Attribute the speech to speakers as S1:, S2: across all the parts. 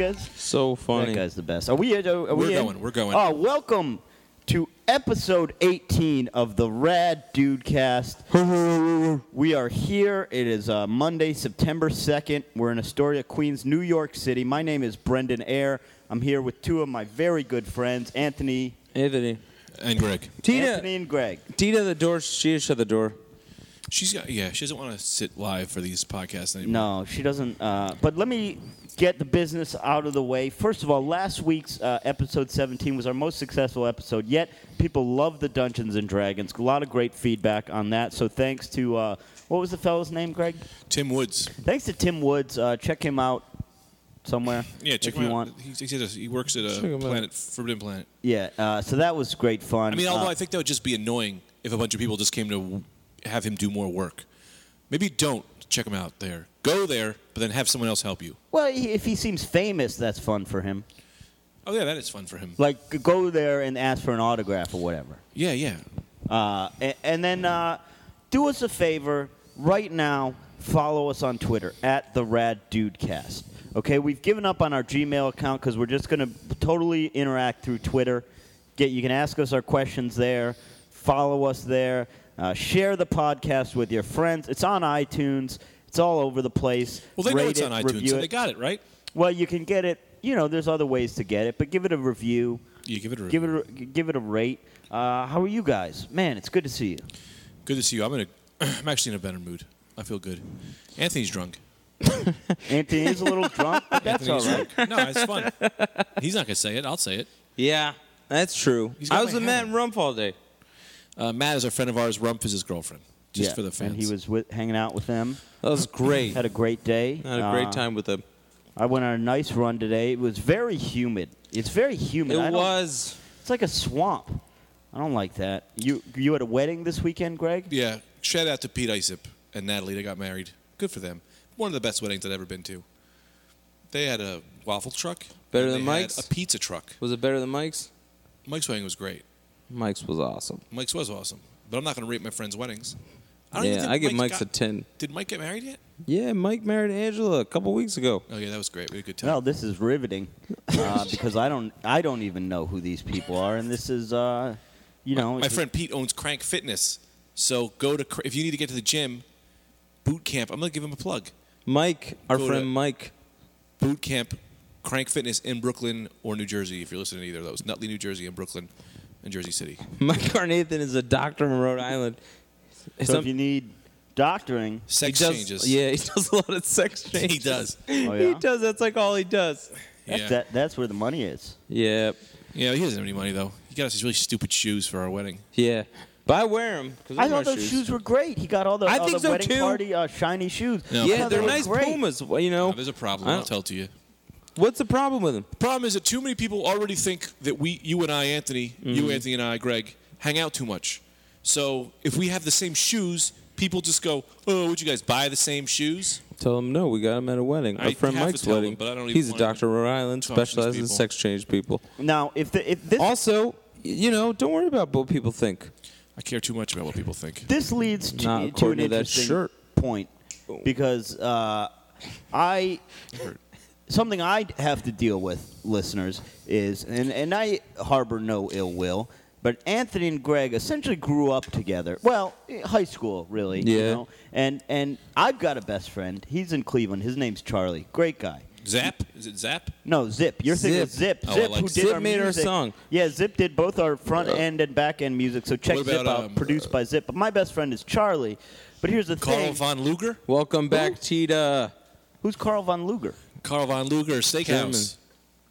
S1: uh, so funny.
S2: That guy's the best. Are we? Are, are
S3: We're
S2: we in?
S3: going, we're going.
S2: Oh, welcome to episode 18 of the Rad Dude Cast. we are here. It is uh, Monday, September 2nd. We're in Astoria, Queens, New York City. My name is Brendan Eyre. I'm here with two of my very good friends, Anthony,
S1: Anthony.
S3: And Greg.
S2: Anthony
S1: Tina.
S2: and Greg.
S1: Tina, the door. She shut the door.
S3: She's got, yeah, she doesn't want to sit live for these podcasts anymore.
S2: No, she doesn't. Uh, but let me get the business out of the way. First of all, last week's uh, episode 17 was our most successful episode yet. People love the Dungeons and Dragons. A lot of great feedback on that. So thanks to uh, what was the fellow's name, Greg?
S3: Tim Woods.
S2: Thanks to Tim Woods. Uh, check him out somewhere.
S3: Yeah,
S2: if
S3: check him
S2: you
S3: out.
S2: want.
S3: He, he, said he works at a
S1: Check him out.
S3: planet, Forbidden Planet.
S2: Yeah. Uh, so that was great fun.
S3: I mean,
S2: Uh,
S3: although I think that would just be annoying if a bunch of people just came to w- have him do more work. Maybe don't check him out there. Go there, but then have someone else help you.
S2: well, he- if he seems famous, that's fun for him.
S3: Oh yeah, that is fun for him.
S2: Like g- go there and ask for an autograph or whatever.
S3: Yeah, yeah.
S2: Uh, and, and then uh, do us a favor right now. Follow us on Twitter at the Rad Dudecast. Okay, we've given up on our Gmail account because we're just going to totally interact through Twitter. Get you can ask us our questions there. Follow us there. Uh, share the podcast with your friends. It's on iTunes. It's all over the place.
S3: Well, they know
S2: Rate
S3: it's
S2: it,
S3: on iTunes,
S2: review
S3: so
S2: it.
S3: they got it right.
S2: Well, you can get it. You know, there's other ways to get it, but give it a review.
S3: You give it a
S2: Give it a, give it a rate. Uh, how are you guys? Man, it's good to see you.
S3: Good to see you. I'm in a, I'm actually in a better mood. I feel good. Anthony's drunk.
S2: Anthony is a little drunk, but that's all
S3: Anthony's
S2: right.
S3: drunk. No, it's fun. He's not gonna say it. I'll say it.
S1: Yeah, that's true.
S3: He's got
S1: I was
S3: my
S1: with Matt
S3: hammer.
S1: and Rump all day.
S3: Uh, Matt is a friend of ours. Rump is his girlfriend. Just
S2: Yeah,
S3: for the fans.
S2: And he was with, hanging out with them.
S1: That was great.
S2: Had
S1: Had
S2: a great day. Uh,
S1: a, great time with him.
S2: I went on a nice run today. It was very humid. It's very humid.
S1: It
S2: I don't-
S1: was.
S2: It's like a swamp. I don't like that. You you at a wedding this weekend, Greg?
S3: Yeah. Shout out to Pete Isip and Natalie. They got married. Good for them. One of the best weddings I've ever been to. They had a waffle truck.
S1: Better
S3: and
S1: than
S3: they had
S1: Mike's?
S3: A pizza truck.
S1: Was it better than Mike's?
S3: Mike's wedding was great.
S1: Mike's was awesome.
S3: Mike's was awesome. But I'm not going to rate my friends' weddings. I don't even
S1: yeah,
S3: think
S1: I give
S3: Mike's
S1: Mike's a
S3: got-
S1: ten.
S3: Did Mike get married yet?
S1: Yeah, Mike married Angela a couple weeks ago.
S3: Oh yeah, that was great. We had a good time.
S2: Well, this is riveting uh, because I don't I don't even know who these people are, and this is uh, you know
S3: my
S2: it's-
S3: friend Pete owns Crank Fitness, so go to Cr- if you need to get to the gym, boot camp. I'm going to give him a plug.
S1: Mike, our
S3: Go to-
S1: friend Mike.
S3: boot camp, Crank Fitness in Brooklyn or New Jersey, if you're listening to either of those. Nutley, New Jersey, and Brooklyn, and Jersey City.
S1: Mike Carnathan is a doctor in Rhode Island.
S2: So if you need doctoring,
S3: Sex
S1: he does,
S3: changes.
S1: Yeah, he does a lot of sex changes.
S3: he does.
S2: Oh,
S1: He
S2: yeah?
S1: does. That's like all he does.
S2: that's
S3: Yeah.
S2: that, that's where the money is.
S1: Yeah,
S3: yeah, he doesn't have any money though. He got us these really stupid shoes for our wedding.
S1: yeah. But I wear them.
S2: I thought those shoes. were great. He got all the,
S1: I
S2: all
S1: think
S2: the
S1: so,
S2: wedding
S1: too.
S2: party uh, shiny shoes.
S3: No,
S2: I
S1: Yeah,
S2: thought
S1: they're
S2: they were
S1: nice
S2: great.
S1: Pumas. well, You know,
S3: Now, there's a problem.
S1: I
S3: I'll
S1: don't-
S3: tell to you.
S1: what's the problem with them?
S3: Problem is that too many people already think that we, you and I, Anthony, you, Anthony, and I, Greg, hang out too much. So if we have the same shoes, people just go, "Oh, would you guys buy the same shoes?"
S1: Tell him no. We got him at a wedding.
S3: I
S1: Our friend
S3: have to
S1: Mike's
S3: tell
S1: wedding.
S3: him, but I don't even
S1: He's a
S3: wanna
S1: doctor in Rhode Island,
S3: talk to these
S1: specializes in
S3: people.
S1: sex change people.
S2: Now, if the, if this
S1: Also, you know, don't worry about what people think.
S3: I care too much about what people think.
S2: this leads to,
S1: Not
S2: to an
S1: according to that
S2: interesting
S1: shirt.
S2: point because uh, I something I have to deal with, listeners, is and and I harbor no ill will, but Anthony and Greg essentially grew up together. Well, eh, high school really, you
S1: Yeah.
S2: know. And and I've got a best friend. He's in Cleveland. His name's Charlie. Great guy.
S3: Zap? Is it Zap?
S2: No, Zip. You're thinking of
S1: Zip.
S2: Zip.
S3: Oh, I
S2: Zip,
S3: like
S2: who
S3: Zip.
S2: did
S1: Zip
S2: our
S1: made our
S2: music.
S1: song. Uh,
S2: Yeah, Zip did both our front end and back end music. So check
S3: What
S2: Zip
S3: about,
S2: out.
S3: um,
S2: produced by Zip. But my best friend is Charlie. But here's the
S3: Carl
S2: thing:
S3: von Luger?
S1: Welcome back, Tita.
S2: Who's Carl von Luger?
S3: Carl von Luger Steakhouse.
S1: German.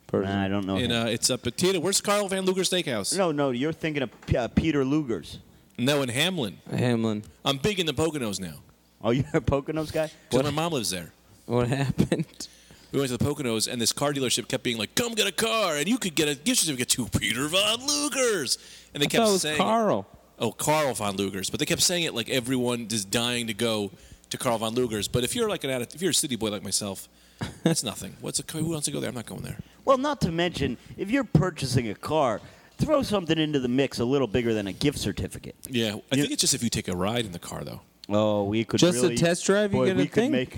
S1: Person.
S2: Nah, I don't know.
S3: And
S2: him.
S3: uh, it's up at Tita. Where's Carl Van Luger Steakhouse?
S2: no, no, you're thinking of P- uh, Peter Luger's.
S3: No, in Hamlin.
S1: Hamlin,
S3: I'm big in the Poconos now.
S2: Oh, you're a Poconos guy.
S3: Because my mom lives there.
S1: what happened?
S3: We went to the Poconos, and this car dealership kept being like, come get a car, and you could get a gift certificate to Peter Von Luger's. And they
S1: I
S3: kept
S1: thought it was
S3: saying,
S1: Carl.
S3: oh, Carl Von Luger's. But they kept saying it like everyone is dying to go to Carl Von Luger's. But if you're like an addict, if you're a city boy like myself, that's nothing. What's a car? Who wants to go there? I'm not going there.
S2: Well, not to mention, if you're purchasing a car, throw something into the mix a little bigger than a gift certificate.
S3: Yeah, I think it's just if you take a ride in the car, though.
S2: Oh, we could
S1: Just a
S2: really-
S1: test drive, you
S2: boy,
S1: get a
S2: we could
S1: thing?
S2: make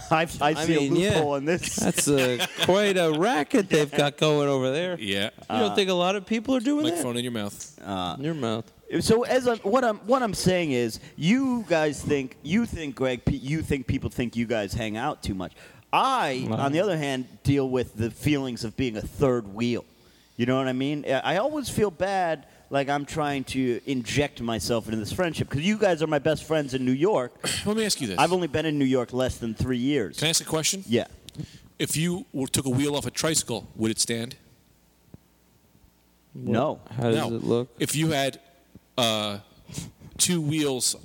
S2: I've, I,
S1: I
S2: see
S1: mean,
S2: a
S1: yeah.
S2: loophole in this.
S1: That's a, quite a racket they've got going over there.
S3: Yeah.
S1: You don't think a lot of people are doing
S3: Microphone in your mouth.
S2: Uh,
S1: that? In your mouth.
S2: So as I'm, what I'm what I'm saying is, you guys think you think Greg, pe- you think people think you guys hang out too much. I,
S1: Wow.
S2: on the other hand, deal with the feelings of being a third wheel. You know what I mean? I I always feel bad, like I'm trying to inject myself into this friendship because you guys are my best friends in New York.
S3: Let me ask you this.
S2: I've only been in New York less than three years.
S3: Can I ask a question?
S2: yeah,
S3: If you were, took a wheel off a tricycle, would it stand?
S2: no.
S1: How does
S3: no.
S1: it look?
S3: If you had uh, two wheels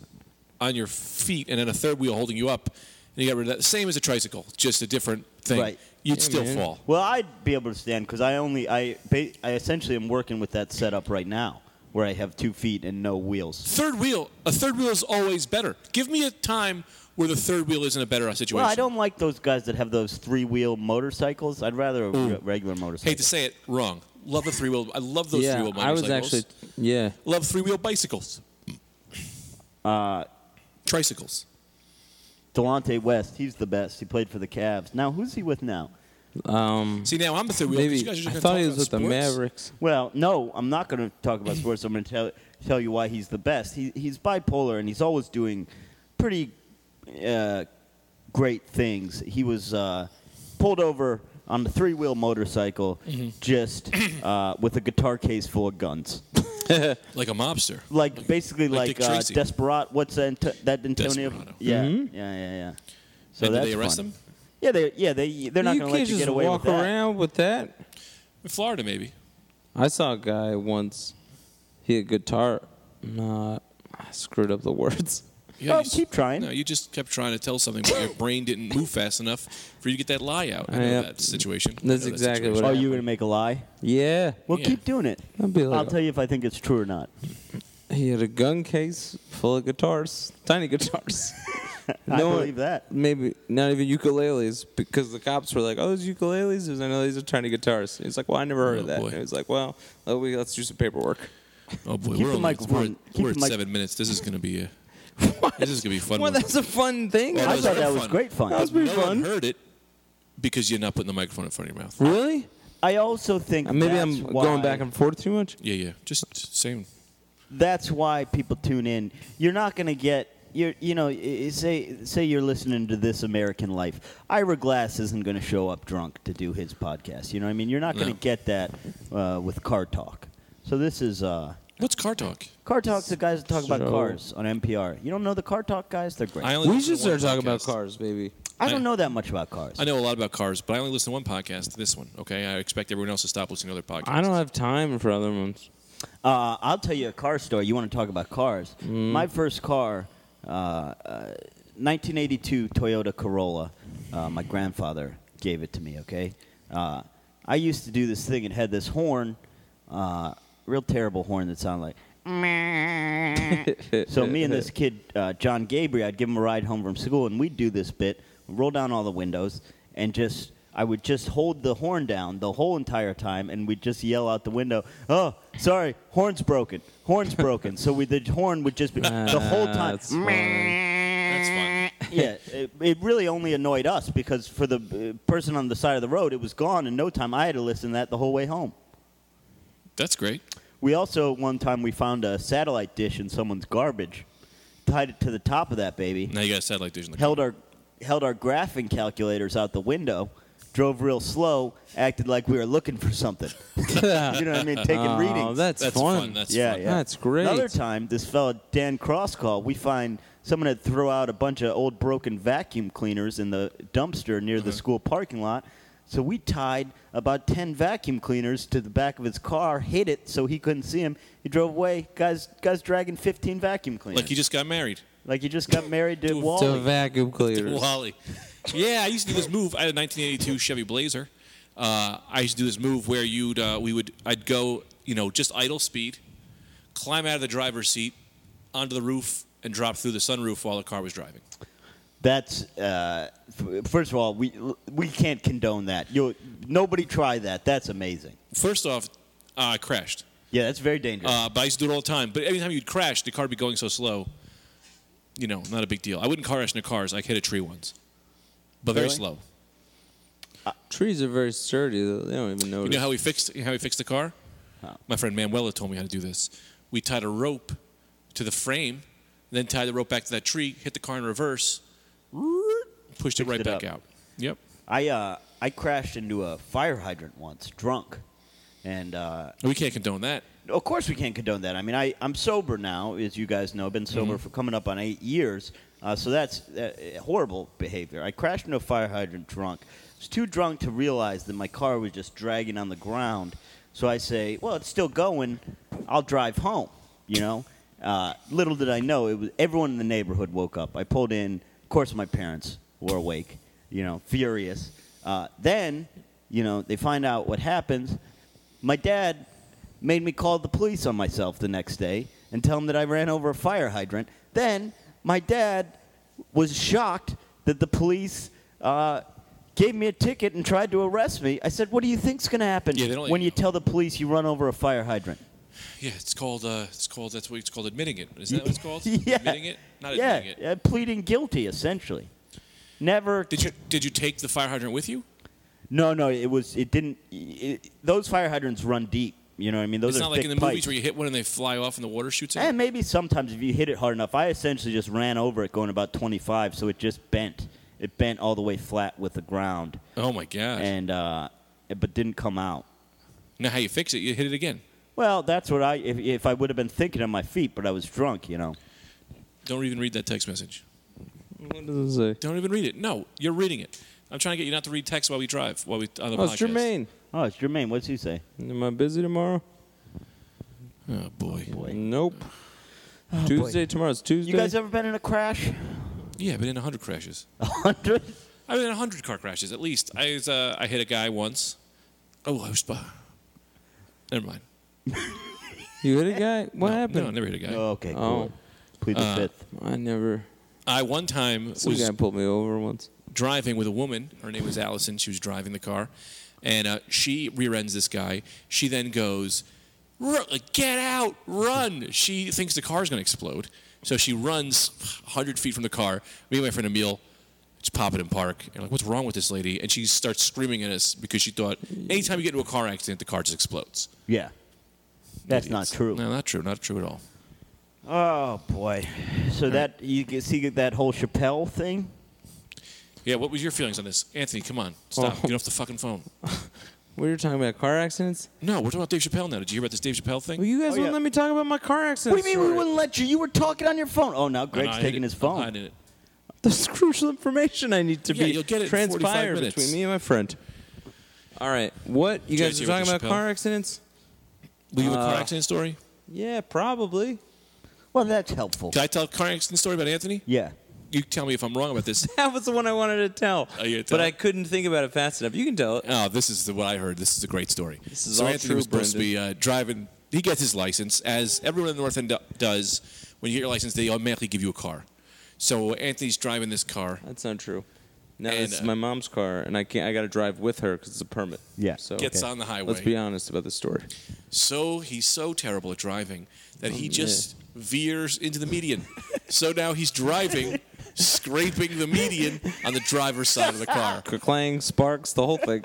S3: on your feet and then a third wheel holding you up, and you got rid of that, same as a tricycle, just a different thing,
S2: Right.
S3: you'd
S1: Yeah,
S3: still
S1: man.
S3: fall.
S2: Well, I'd be able to stand because I only I ba- I essentially am working with that setup right now, where I have two feet and no wheels.
S3: Third wheel, a third wheel is always better. Give me a time where the third wheel isn't a better situation.
S2: Well, I don't like those guys that have those three-wheel motorcycles. I'd rather a re- regular motorcycle.
S3: Hmm. hate to say it, wrong. Love the three wheel. I love those three
S1: yeah,
S3: wheel
S1: I
S3: motorcycles.
S1: was actually. Yeah.
S3: love three wheel bicycles.
S1: Uh,
S3: tricycles.
S2: Delonte West, he's the best. He played for the Cavs. Now, who's he with now?
S1: Um,
S3: See now I'm the third wheel.
S1: maybe.
S3: You guys are just
S1: I
S3: gonna
S1: thought
S3: talk
S1: he was
S3: about
S1: with the
S3: sports?
S1: Mavericks.
S2: Well, no, I'm not going to talk about sports. I'm going to tell tell you why he's the best. He he's bipolar and he's always doing pretty uh, great things. He was uh, pulled over on a three-wheel motorcycle,
S3: Mm-hmm.
S2: just uh, with a guitar case full of guns.
S3: Like a mobster.
S2: like basically
S3: like
S2: like,
S3: Dick
S2: uh,
S3: Tracy.
S2: Desperate. What's that? Ant- that Antonio?
S3: Desperado.
S2: Yeah,
S1: Mm-hmm.
S2: yeah, yeah, yeah. So
S3: And did
S2: that's
S3: they arrest
S2: fun.
S3: him?
S2: Yeah, they yeah they they're not
S1: you can't
S2: going to let you
S1: just
S2: get away
S1: walk
S2: with that.
S1: around with that.
S3: In Florida, maybe.
S1: I saw a guy once. He had guitar. No, I screwed up the words.
S3: You gotta
S2: Oh,
S3: use-
S2: keep trying.
S3: No, you just kept trying to tell something, but your brain didn't move fast enough for you to get that lie out. I know
S1: Yeah.
S3: that situation. I
S1: That's
S3: know that
S1: exactly what
S3: situation.
S2: Oh, you going to make a lie?
S1: Yeah.
S2: Well,
S3: Yeah.
S2: keep doing it.
S1: I'll be like,
S2: I'll tell you if I think it's true or not.
S1: He had a gun case full of guitars, tiny guitars.
S2: I
S1: one-
S2: believe that.
S1: Maybe not even ukuleles because the cops were like, "Oh, those ukuleles." He was, I know these are tiny guitars. He's like, "Well, I never heard
S3: Oh,
S1: of that."
S3: boy.
S1: And he was like, "Well, let we, let's do some paperwork."
S3: Oh
S2: Keep
S3: boy, we're,
S2: the
S3: only,
S2: microphone-
S3: we're, at-
S2: keep
S3: we're at
S2: the mic-
S3: seven minutes. This is going to be a. This is going to be fun.
S1: Well,
S3: one.
S1: that's a fun thing.
S3: Well,
S2: I
S3: was
S2: thought
S3: very
S2: that was
S3: fun.
S2: great fun.
S1: That was pretty
S3: no
S1: fun.
S3: one heard it because you're not putting the microphone in front of your mouth.
S1: Really?
S2: I also think
S1: Uh, Maybe
S2: that's
S1: I'm
S2: why,
S1: going back and forth too much.
S3: Yeah, yeah. Just saying.
S2: That's why people tune in. You're not going to get. You're, you know, i- i- say say you're listening to This American Life. Ira Glass isn't going to show up drunk to do his podcast. You know what I mean? You're not going to
S3: No.
S2: get that uh, with car talk. So this is uh,
S3: What's car talk?
S2: car talk. The guys that talk about
S1: So-
S2: cars on NPR. You don't know the car talk guys? They're great.
S3: I
S2: I,
S3: only
S1: We
S3: listen
S1: should
S3: to one
S1: start talking about
S3: podcast.
S1: cars, baby.
S2: don't know that much about cars.
S3: I know a lot about cars, but I only listen to one podcast. This one, okay. I expect everyone else to stop listening to other podcasts.
S1: I don't have time for other ones.
S2: Uh, I'll tell you a car story. You want to talk about cars? My first car, uh, uh, 1982 Toyota Corolla. Uh, my grandfather gave it to me. Okay, uh, I used to do this thing. It had this horn, uh, real terrible horn that sounded like. So me and this kid, uh, John Gabriel, I'd give him a ride home from school, and we'd do this bit, roll down all the windows, and just I would just hold the horn down the whole entire time, and we'd just yell out the window, "Oh, sorry, horn's broken, horn's broken." so we the horn would just be the whole
S1: Ah,
S2: time. Mm,
S1: that's fine.
S3: That's fine.
S2: yeah, it, it really only annoyed us because for the uh, person on the side of the road, it was gone in no time. I had to listen to that the whole way home.
S3: That's great.
S2: We also one time we found a satellite dish in someone's garbage, tied it to the top of that baby.
S3: Now you got a satellite dish in the car.
S2: held our held our graphing calculators out the window, drove real slow, acted like we were looking for something. you know what I mean? Taking
S1: Oh,
S2: readings.
S1: That's,
S3: That's
S1: fun.
S3: fun. That's
S2: yeah,
S3: fun.
S2: yeah.
S1: That's great.
S2: Another time, this fella Dan Cross call. We find someone had throw out a bunch of old broken vacuum cleaners in the dumpster near
S1: Uh-huh.
S2: the school parking lot. So we tied about ten vacuum cleaners to the back of his car, hid it so he couldn't see him. He drove away. Guys, guys dragging fifteen vacuum cleaners.
S3: Like you just got married.
S2: Like he just got married to
S3: To a
S1: to
S2: Wally.
S1: vacuum cleaners.
S3: Wally. Yeah, I used to do this move. I had a 1982 Chevy Blazer. Uh, I used to do this move where you'd uh, we would I'd go you know just idle speed, climb out of the driver's seat, onto the roof, and drop through the sunroof while the car was driving.
S2: That's uh, f- first of all, we we can't condone that. You nobody try that. That's amazing.
S3: First off, uh, I crashed.
S2: Yeah, that's very dangerous.
S3: Uh, but I used to do it all the time. But every time you'd crash, the car would be going so slow. You know, not a big deal. I wouldn't car crash into cars. I hit a tree once. but very
S1: Really?
S3: slow.
S1: Trees are very sturdy. They don't even notice.
S3: You know how we fixed you know how we fixed the car? My friend Manuela told me how to do this. We tied a rope to the frame, then tied the rope back to that tree, hit the car in reverse, pushed it right
S2: it
S3: back
S2: up.
S3: out. Yep.
S2: I uh, I crashed into a fire hydrant once, drunk, and uh,
S3: We can't condone that.
S2: of course we can't condone that. I mean, I I'm sober now, as you guys know. I've been sober for coming up on eight years, uh, so that's uh, horrible behavior. I crashed into a fire hydrant drunk. I was too drunk to realize that my car was just dragging on the ground. So I say, well, it's still going. I'll drive home. You know. Uh, little did I know, it was everyone in the neighborhood woke up. I pulled in. Of course, my parents were awake. You know, furious. Uh, then, you know, they find out what happens. My dad made me call the police on myself the next day and tell him that I ran over a fire hydrant. Then my dad was shocked that the police uh, gave me a ticket and tried to arrest me. I said, "What do you think's going to happen
S3: Yeah, they don't let
S2: when
S3: you
S2: you
S3: know.
S2: tell the police you run over a fire hydrant?"
S3: Yeah, it's called. Uh, it's called. That's what it's called. Admitting it. Isn't that what it's called?
S2: yeah,
S3: Admitting it. Not
S2: yeah,
S3: admitting it.
S2: yeah, uh, pleading guilty essentially. Never
S3: Did you Did you take the fire hydrant with you?
S2: No, no, it was. It didn't. It, those fire hydrants run deep. You know what I mean? Those
S3: It's
S2: are
S3: not like
S2: thick
S3: in the
S2: pipes.
S3: movies where you hit one and they fly off and the water shoots out.
S2: And maybe sometimes if you hit it hard enough, I essentially just ran over it going about 25, so it just bent. It bent all the way flat with the ground,
S3: Oh my gosh!
S2: and uh, but didn't come out.
S3: now how you fix it? You hit it again.
S2: Well, that's what I. If, if I would have been thinking on my feet, but I was drunk, you know.
S3: Don't even read that text message.
S1: What does it say?
S3: Don't even read it. No, you're reading it. I'm trying to get you not to read text while we drive. While we on the
S1: Oh, it's
S3: podcast.
S1: Jermaine.
S2: Oh, it's Jermaine. What's he say?
S1: Am I busy tomorrow?
S3: Oh boy.
S1: Nope. Tuesday, tomorrow's Tuesday.
S2: Oh, You guys ever been in a crash? Oh,
S3: Yeah, I've been in hundred crashes.
S2: A hundred?
S3: I've been in hundred car crashes at least. I was, uh, I hit a guy once. Oh, I was. Uh, never mind.
S1: You hit a guy? What
S3: no,
S1: happened?
S3: No, I never hit a guy.
S2: Oh, okay,
S1: Oh.
S2: cool. Plead the
S3: uh,
S2: fifth.
S1: I never.
S3: I one time
S1: Some
S3: was
S1: guy pulled me over once.
S3: driving with a woman. Her name was Allison. She was driving the car, and uh, she rear ends this guy. She then goes, "Ru- like, "Get out! Run!" She thinks the car's going to explode, so she runs 100 feet from the car. Me and my friend Emil just pop it in park, and like, "What's wrong with this lady?" And she starts screaming at us because she thought anytime you get into a car accident, the car just explodes.
S2: Yeah. That's not
S3: Idiots.
S2: true.
S3: No, not true. Not true at all.
S2: Oh boy! So that you can see that whole Chappelle thing.
S3: Yeah, what was your feelings on this, Anthony? Come on, stop.
S2: Oh.
S3: Get off the fucking phone.
S1: What are you talking about? Car accidents?
S3: No, we're talking about Dave Chappelle now. Did you hear about this Dave Chappelle thing?
S1: Well, you guys
S2: Oh,
S1: wouldn't
S2: yeah.
S1: let me talk about my car accident.
S2: What do you mean we
S1: story.
S2: wouldn't let you? You were talking on your phone. Oh, now
S3: No, no,
S2: Greg's
S3: I hid
S2: taking
S3: it.
S2: his
S3: I'm
S2: phone.
S3: hiding it.
S1: That's crucial information I need to
S3: Yeah,
S1: be
S3: you'll get it in 45
S1: transpired
S3: minutes.
S1: between me and my friend. All right, what you guys
S3: Judge
S1: are
S3: you
S1: talking
S3: with the
S1: about?
S3: Chappelle.
S1: Car accidents?
S3: Will you have a car
S1: Uh,
S3: accident story?
S1: Yeah, probably.
S2: Well, that's helpful.
S3: Can I tell a car accident story about Anthony?
S2: Yeah.
S3: You tell me if I'm wrong about this.
S1: That was the one I wanted to tell,
S3: Oh, you gotta
S1: but
S3: tell
S1: I
S3: it?
S1: couldn't think about it fast enough. You can tell it.
S3: Oh, this is the, what I heard. This is a great story.
S1: This is
S3: so
S1: all
S3: Anthony
S1: true,
S3: was supposed to be uh, driving. He gets his license, as everyone in the North End do- does. When you get your license, they automatically give you a car. So Anthony's driving this car.
S1: That's not true. No,
S3: And,
S1: this is
S3: uh,
S1: my mom's car, and I can't. I got to drive with her because it's a permit.
S2: Yeah.
S1: So
S3: Gets on the highway.
S1: Let's be honest about the story.
S3: So he's so terrible at driving that
S1: Oh,
S3: he just veers into the median. so now he's driving, scraping the median on the driver's side of the car.
S1: Clang, sparks, the whole thing.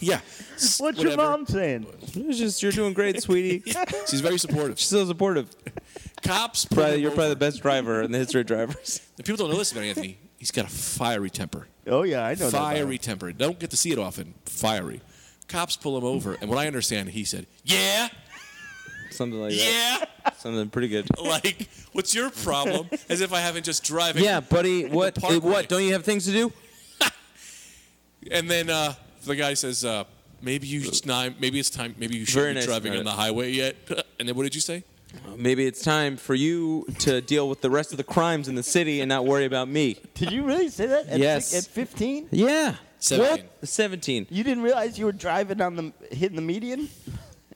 S3: Yeah.
S2: What's your
S3: Whatever.
S2: mom saying?
S1: It's just you're doing great, sweetie. She's
S3: She's very supportive.
S1: so supportive.
S3: Cops. pull
S1: Probably,
S3: him
S1: you're probably
S3: over.
S1: the best driver in the history of drivers.
S3: The people don't know this about Anthony. He's got a fiery temper.
S2: Oh yeah, I know. that about
S3: Fiery
S2: him.
S3: temper. Don't get to see it often. Fiery. Cops pull him over, and what I understand, he said, "Yeah,
S1: Something like
S3: yeah."
S1: that. Something pretty good.
S3: Like, what's your problem? As if I haven't just driving.
S1: Yeah, buddy. What?
S3: parkway.
S1: What? Don't you have things to do?
S3: And then uh, the guy says, uh, "Maybe you should not, Maybe it's time. Maybe you
S1: Very
S3: shouldn't
S1: nice
S3: be driving
S1: note.
S3: on the highway yet." And then what did you say?
S1: Maybe it's time for you to deal with the rest of the crimes in the city and not worry about me.
S2: Did you really say that? At
S1: Yes.
S2: At 15,
S1: Yeah.
S3: Seventeen.
S1: What? Seventeen.
S2: you didn't realize you were driving on the hitting the median.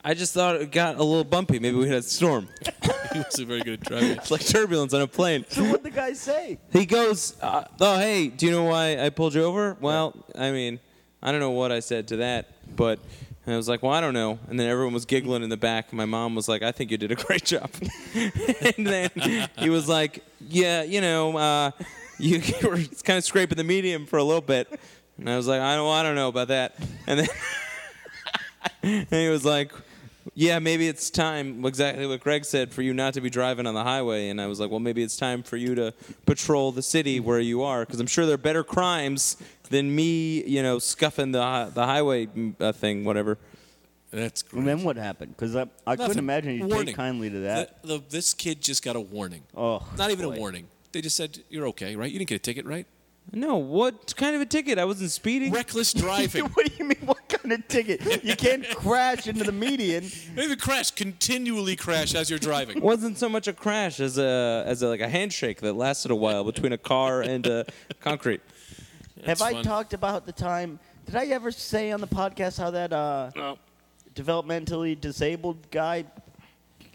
S1: I just thought it got a little bumpy. Maybe we had a storm.
S3: He wasn't very good at driving.
S1: It's like turbulence on a plane.
S2: So what'd the guy say?
S1: He goes, uh, "Oh, hey, do you know why I pulled you over?" Well, I mean, I don't know what I said to that, but and I was like, "Well, I don't know." And then everyone was giggling in the back. My mom was like, "I think you did a great job." and then he was like, "Yeah, you know, uh, you were kind of scraping the medium for a little bit. And I was like, I don't, I don't know about that. And then and he was like, Yeah, maybe it's time, exactly what Greg said, for you not to be driving on the highway. And I was like, Well, maybe it's time for you to patrol the city where you are, because I'm sure there are better crimes than me, you know, scuffing the, hi- the highway mm, uh, thing, whatever.
S3: That's
S2: And
S3: great.
S2: then what happened? Because I, I couldn't
S3: Nothing.
S2: imagine you
S3: Warning.
S2: take kindly to that.
S3: The- the- this kid just got a warning.
S2: Oh,
S3: Not even
S2: boy.
S3: a warning. They just said, you're okay, right? You didn't get a ticket, right?
S1: No, what kind of a ticket? I wasn't speeding.
S3: Reckless driving.
S2: what do you mean? What kind of ticket? You can't crash into the median.
S3: Maybe crash, continually crash as you're driving.
S1: wasn't so much a crash as a as a, like a handshake that lasted a while between a car and uh, concrete.
S2: Have
S3: That's
S2: I
S3: fun.
S2: talked about the time? Did I ever say on the podcast how that uh,
S3: No.
S2: developmentally disabled guy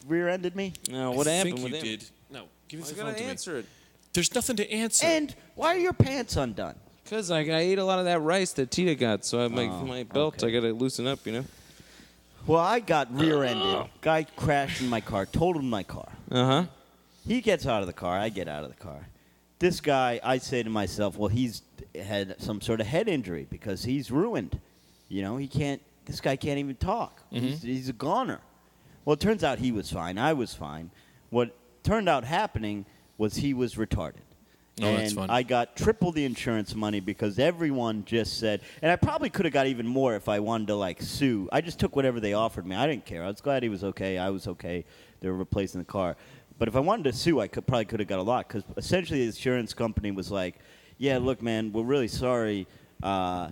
S2: rear-ended me?
S1: No, what
S3: I
S1: happened
S3: think
S1: with
S3: you
S1: him?
S3: did. No, give us
S1: I
S3: the
S1: gotta
S3: phone to me.
S1: answer it
S3: There's nothing to answer.
S2: And why are your pants undone?
S1: because I, I ate a lot of that rice that Tita got, so I my
S2: Oh,
S1: my belt
S2: okay.
S1: I gotta loosen up, you know.
S2: Well, I got rear-ended. Guy crashed in my car. Totaled my car.
S1: Uh
S3: Uh-huh.
S1: huh.
S2: He gets out of the car. I get out of the car. This guy, I say to myself, well, he's had some sort of head injury because he's ruined. You know, he can't. This guy can't even talk. He's, he's a goner. Well, it turns out he was fine. I was fine. What turned out happening was he was retarded.
S3: Oh,
S2: and
S3: that's fun.
S2: I got triple the insurance money because everyone just said, and I probably could have got even more if I wanted to like sue. I just took whatever they offered me. I didn't care. I was glad he was okay. I was okay. They were replacing the car, but if I wanted to sue, I could probably could have got a lot because essentially the insurance company was like, "Yeah, look, man, we're really sorry. Uh,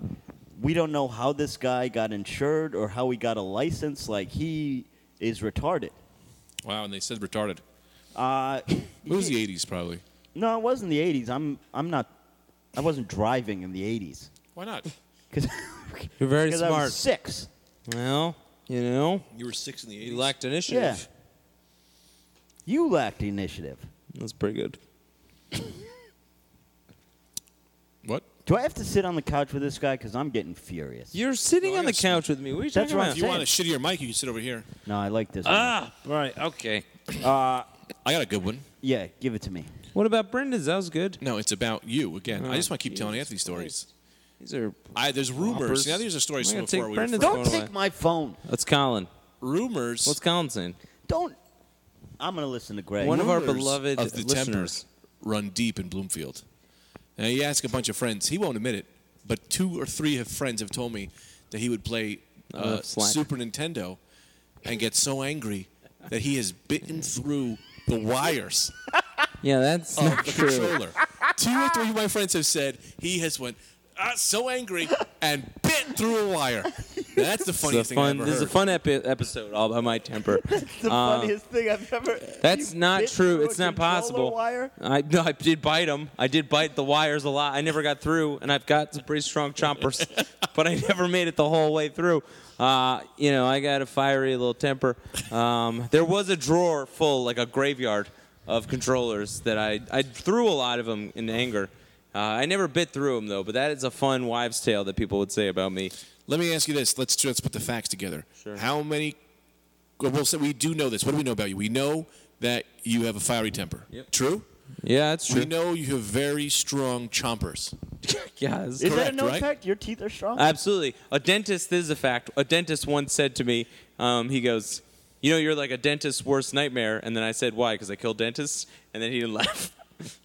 S2: we don't know how this guy got insured or how he got a license. Like he is retarded."
S3: wow, and they said retarded.
S2: Uh,
S3: It was the 80s, probably.
S2: no, it wasn't the '80s. I'm I'm not. I wasn't driving in the '80s.
S3: Why not?
S2: Because
S1: You're very
S2: I
S1: smart.
S2: was six.
S1: Well, you know,
S3: You were six in the 80s.
S1: you lacked initiative.
S2: You lacked initiative.
S1: That's pretty good.
S3: what?
S2: Do I have to sit on the couch with this guy? Because I'm getting furious.
S1: You're sitting
S3: No, I
S1: on the
S3: understand.
S1: couch with me. What are you
S2: That's
S1: talking
S2: right.
S1: about?
S3: If you
S2: Same.
S3: want a shittier mic, you can sit over here.
S2: no, I like this.
S1: Ah. right. Okay.
S3: I got a good one.
S2: one. Yeah, give it to me.
S1: What about Brendan's? That was good.
S3: No, it's about you again.
S1: Oh,
S3: I just want to keep telling
S1: Jesus
S3: Anthony stories.
S1: These are.
S3: I, there's rumors.
S1: Whoppers.
S3: See, now there's a story
S1: I'm
S3: from
S1: gonna
S3: before
S1: take
S3: we were
S1: Brendan's
S3: friends.
S2: Don't
S1: going
S2: take
S1: away.
S2: my phone.
S1: That's Colin.
S3: rumors
S1: What's Colin saying?
S2: Don't. I'm gonna listen to Greg.
S1: One of our
S3: rumors
S1: beloved
S3: of the
S1: listeners.
S3: tempers run deep in Bloomfield. Now you ask a bunch of friends, he won't admit it, but two or three of friends have told me that he would play uh,
S1: love Slack.
S3: Super Nintendo and get so angry that he has bitten through the wires
S1: Yeah, that's
S3: of
S1: not
S3: Oh, the
S1: true.
S3: controller. Two or three of my friends have said he has went ah, so angry and bit through a wire. Now, that's
S1: It's
S3: the
S1: a
S3: funniest thing I've
S1: fun.
S3: ever
S1: This is a
S3: heard.
S1: fun epi- episode all by my temper.
S2: It's the funniest thing I've ever.
S1: uh, That's
S2: You
S1: not
S2: bit
S1: true.
S2: through a
S1: It's not
S2: controller
S1: possible.
S2: Wire.
S1: I no, I did bite them. I did bite the wires a lot. I never got through, and I've got some pretty strong chompers, but I never made it the whole way through. Uh, you know, I got a fiery little temper. Um, there was a drawer full, like a graveyard, of controllers that I I threw a lot of them in anger. Uh, I never bit through them though, but that is a fun wives' tale that people would say about me.
S3: Let me ask you this. Let's let's put the facts together.
S1: Sure.
S3: How many? Well, we'll say we do know this. What do we know about you? We know that you have a fiery temper.
S1: Yep.
S3: True.
S1: Yeah, that's true.
S3: We know you have very strong chompers.
S1: yeah, it's
S2: Is that a
S3: Correct,
S2: known
S3: right?
S2: fact? Your teeth are strong.
S1: Absolutely. A dentist, this is a fact. A dentist once said to me, um, he goes, You know, you're like a dentist's worst nightmare. And then I said, Why? Because I kill dentists. And then he didn't laugh.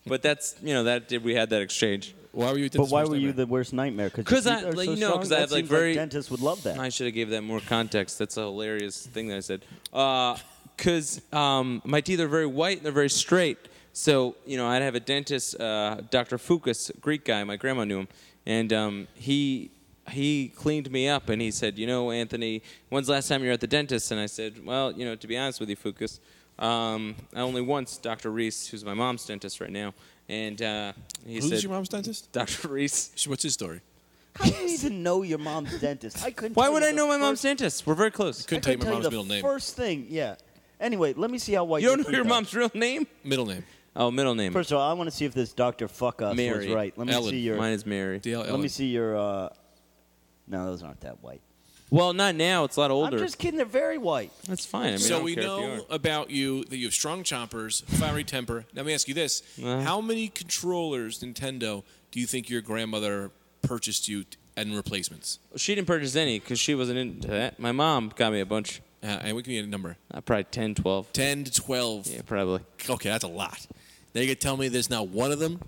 S1: but that's, you know, that did, we had that exchange.
S3: Why were you?
S2: but why were you the worst nightmare?
S1: 'Cause
S2: your
S1: I-
S2: teeth are
S1: like,
S2: so
S1: you know,
S2: strong?
S1: 'cause I
S2: That
S1: have, like,
S2: seems like
S1: very-
S2: dentists would love that.
S1: I should have gave that more context. That's a hilarious thing that I said. Because um, my teeth are very white and they're very straight. So you know, I'd have a dentist, uh, Dr. Fukas, Greek guy. My grandma knew him, and um, he he cleaned me up and he said, you know, Anthony, when's the last time you were at the dentist? And I said, well, you know, to be honest with you, Fukas, um, I only once, Dr. Reese, who's my mom's dentist right now, and uh, he
S3: Who's
S1: said,
S3: your mom's dentist?
S1: Dr. Reese.
S3: She- What's his story?
S2: How do you even know your mom's dentist? I couldn't.
S1: Why
S2: tell
S1: would
S2: you
S1: I
S2: the
S1: know my
S2: first
S1: mom's dentist? We're very close.
S2: I
S3: Couldn't tell you
S2: can
S3: my
S2: tell
S3: mom's
S2: you the
S3: middle name.
S2: First thing, yeah. Anyway, let me see how white
S1: You don't
S2: your
S1: know your
S2: teeth are.
S1: mom's real name?
S3: Middle name.
S1: Oh, middle name.
S2: First of all, I want to see if this Doctor Fuck Us was
S1: Mary.
S2: right. Let me
S3: Ellen.
S2: see your.
S1: Mine is Mary.
S3: DL
S2: let me see your. Uh, no, those aren't that white.
S1: Well, not now. It's a lot older.
S2: I'm just kidding. They're very white.
S1: That's fine. I mean, I
S3: so
S1: don't
S3: we
S1: care if you
S3: know
S1: are.
S3: about you that you have strong chompers, fiery temper. Now, let me ask you this:
S1: Uh-huh.
S3: How many controllers Nintendo do you think your grandmother purchased you t- and replacements?
S1: She didn't purchase any because she wasn't into that. My mom got me a bunch.
S3: Uh, and we can get a number:
S1: Uh, probably 10, 12.
S3: ten to twelve.
S1: Yeah, probably.
S3: Okay, that's a lot. Now you could tell me there's not one of them.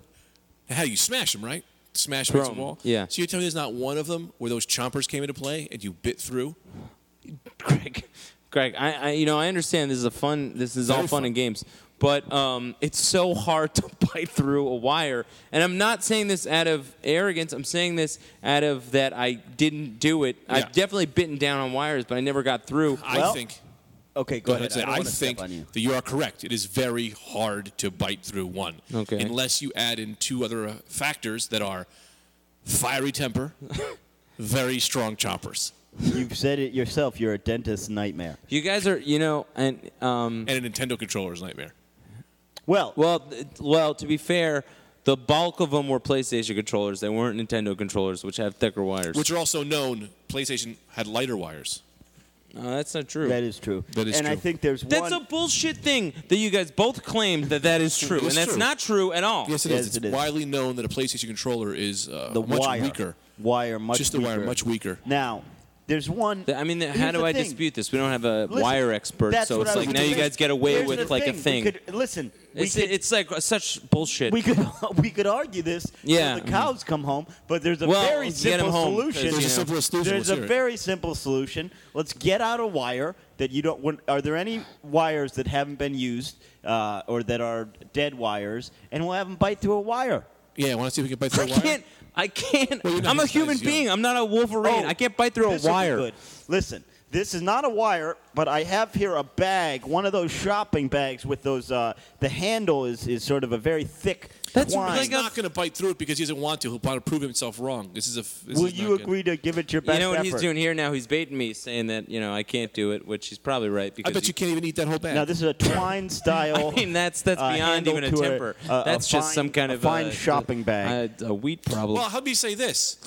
S3: How do you smash them, right? Smash them
S1: Throw
S3: against the
S1: 'em,
S3: wall.
S1: yeah.
S3: So you tell me there's not one of them where those chompers came into play and you bit through.
S1: Greg, Greg, I, I, you know, I understand this is a fun. This is all
S3: Very
S1: fun,
S3: fun.
S1: and games, but um, it's so hard to bite through a wire. And I'm not saying this out of arrogance. I'm saying this out of that I didn't do it.
S3: Yeah.
S1: I've definitely bitten down on wires, but I never got through.
S3: I
S2: Well,
S3: think.
S2: Okay, go, ahead.
S3: That's it.
S2: don't
S3: I,
S2: wanna step
S3: think
S2: on you.
S3: that you are correct. It is very hard to bite through one,
S1: Okay.
S3: unless you add in two other uh, factors that are fiery temper, very strong chompers,
S2: You've said it yourself. You're a dentist nightmare.
S1: You guys are, you know, and
S2: Mm.
S1: um,
S3: and a Nintendo controller's nightmare.
S2: Well,
S1: well, th- well. To be fair, the bulk of them were PlayStation controllers. They weren't Nintendo controllers, which have thicker wires.
S3: Which are also known. PlayStation had lighter wires.
S1: no, that's not true.
S2: that is true.
S3: That is
S2: and I
S3: true.
S2: think there's
S1: That's a
S2: one.
S1: bullshit thing that you guys both claimed that that is true,
S3: It
S1: and
S3: is
S1: that's
S3: true.
S1: not true at all.
S3: Yes, it
S2: Yes,
S3: is. It's
S2: it is.
S3: widely known that a PlayStation controller is uh,
S2: the
S3: much
S2: wire.
S3: weaker.
S2: Wire much
S3: Just the
S2: weaker.
S3: wire, much weaker.
S2: Now, there's one.
S1: Th- I mean, th- how
S2: Here's
S1: do
S2: the
S1: I
S2: thing.
S1: dispute this? We don't have a
S2: Listen,
S1: wire expert,
S2: that's
S1: so
S2: what
S1: it's
S2: I
S1: like
S2: was
S1: now
S2: gonna
S1: you
S2: say.
S1: guys get away
S2: Here's
S1: with
S2: the
S1: like a
S2: We
S1: thing.
S2: could- listen, we
S1: it's,
S2: could,
S1: it's like such bullshit.
S2: we could we could argue this. till
S1: Yeah.
S2: the cows come home, but there's a
S1: Well,
S2: very
S1: let's get 'em
S2: simple
S1: home, 'cause,
S2: solution.
S1: you There's a know.
S3: simpler solution.
S2: There's
S3: Let's
S2: a
S3: hear it.
S2: very simple solution. Let's get out a wire that you don't. When, are there any wires that haven't been used uh, or that are dead wires, and we'll have them bite through a wire?
S3: Yeah, I want to see if we can bite through
S1: I
S3: a wire.
S1: can't. I can't.
S3: Well, you're not
S1: I'm a
S3: his size,
S1: human
S3: yeah.
S1: being. I'm not a Wolverine.
S2: Oh,
S1: I can't bite through a
S2: This will be
S1: wire.
S2: good. Listen, this is not a wire, but I have here a bag, one of those shopping bags with those. Uh, the handle is, is sort of a very thick.
S1: That's
S2: twine.
S1: like
S3: He's not going to bite through it because he doesn't want to. He'll want to prove himself wrong. This is a. f- This
S2: Will
S3: is not
S2: you
S3: good.
S2: agree to give it your best
S1: You know what he's
S2: effort?
S1: doing here now? He's baiting me, saying that you know I can't do it, which he's probably right.
S3: I
S1: Because
S3: bet
S1: he-
S3: you can't even eat that whole bag.
S2: Now this is a twine style.
S1: I mean, that's that's
S2: uh,
S1: beyond
S2: handle
S1: even a
S2: to
S1: temper.
S2: a- a
S1: that's just
S2: fine-
S1: some kind
S2: a
S1: of
S2: fine
S1: uh,
S2: shopping bag.
S1: uh, a wheat problem.
S3: Well, help me say this.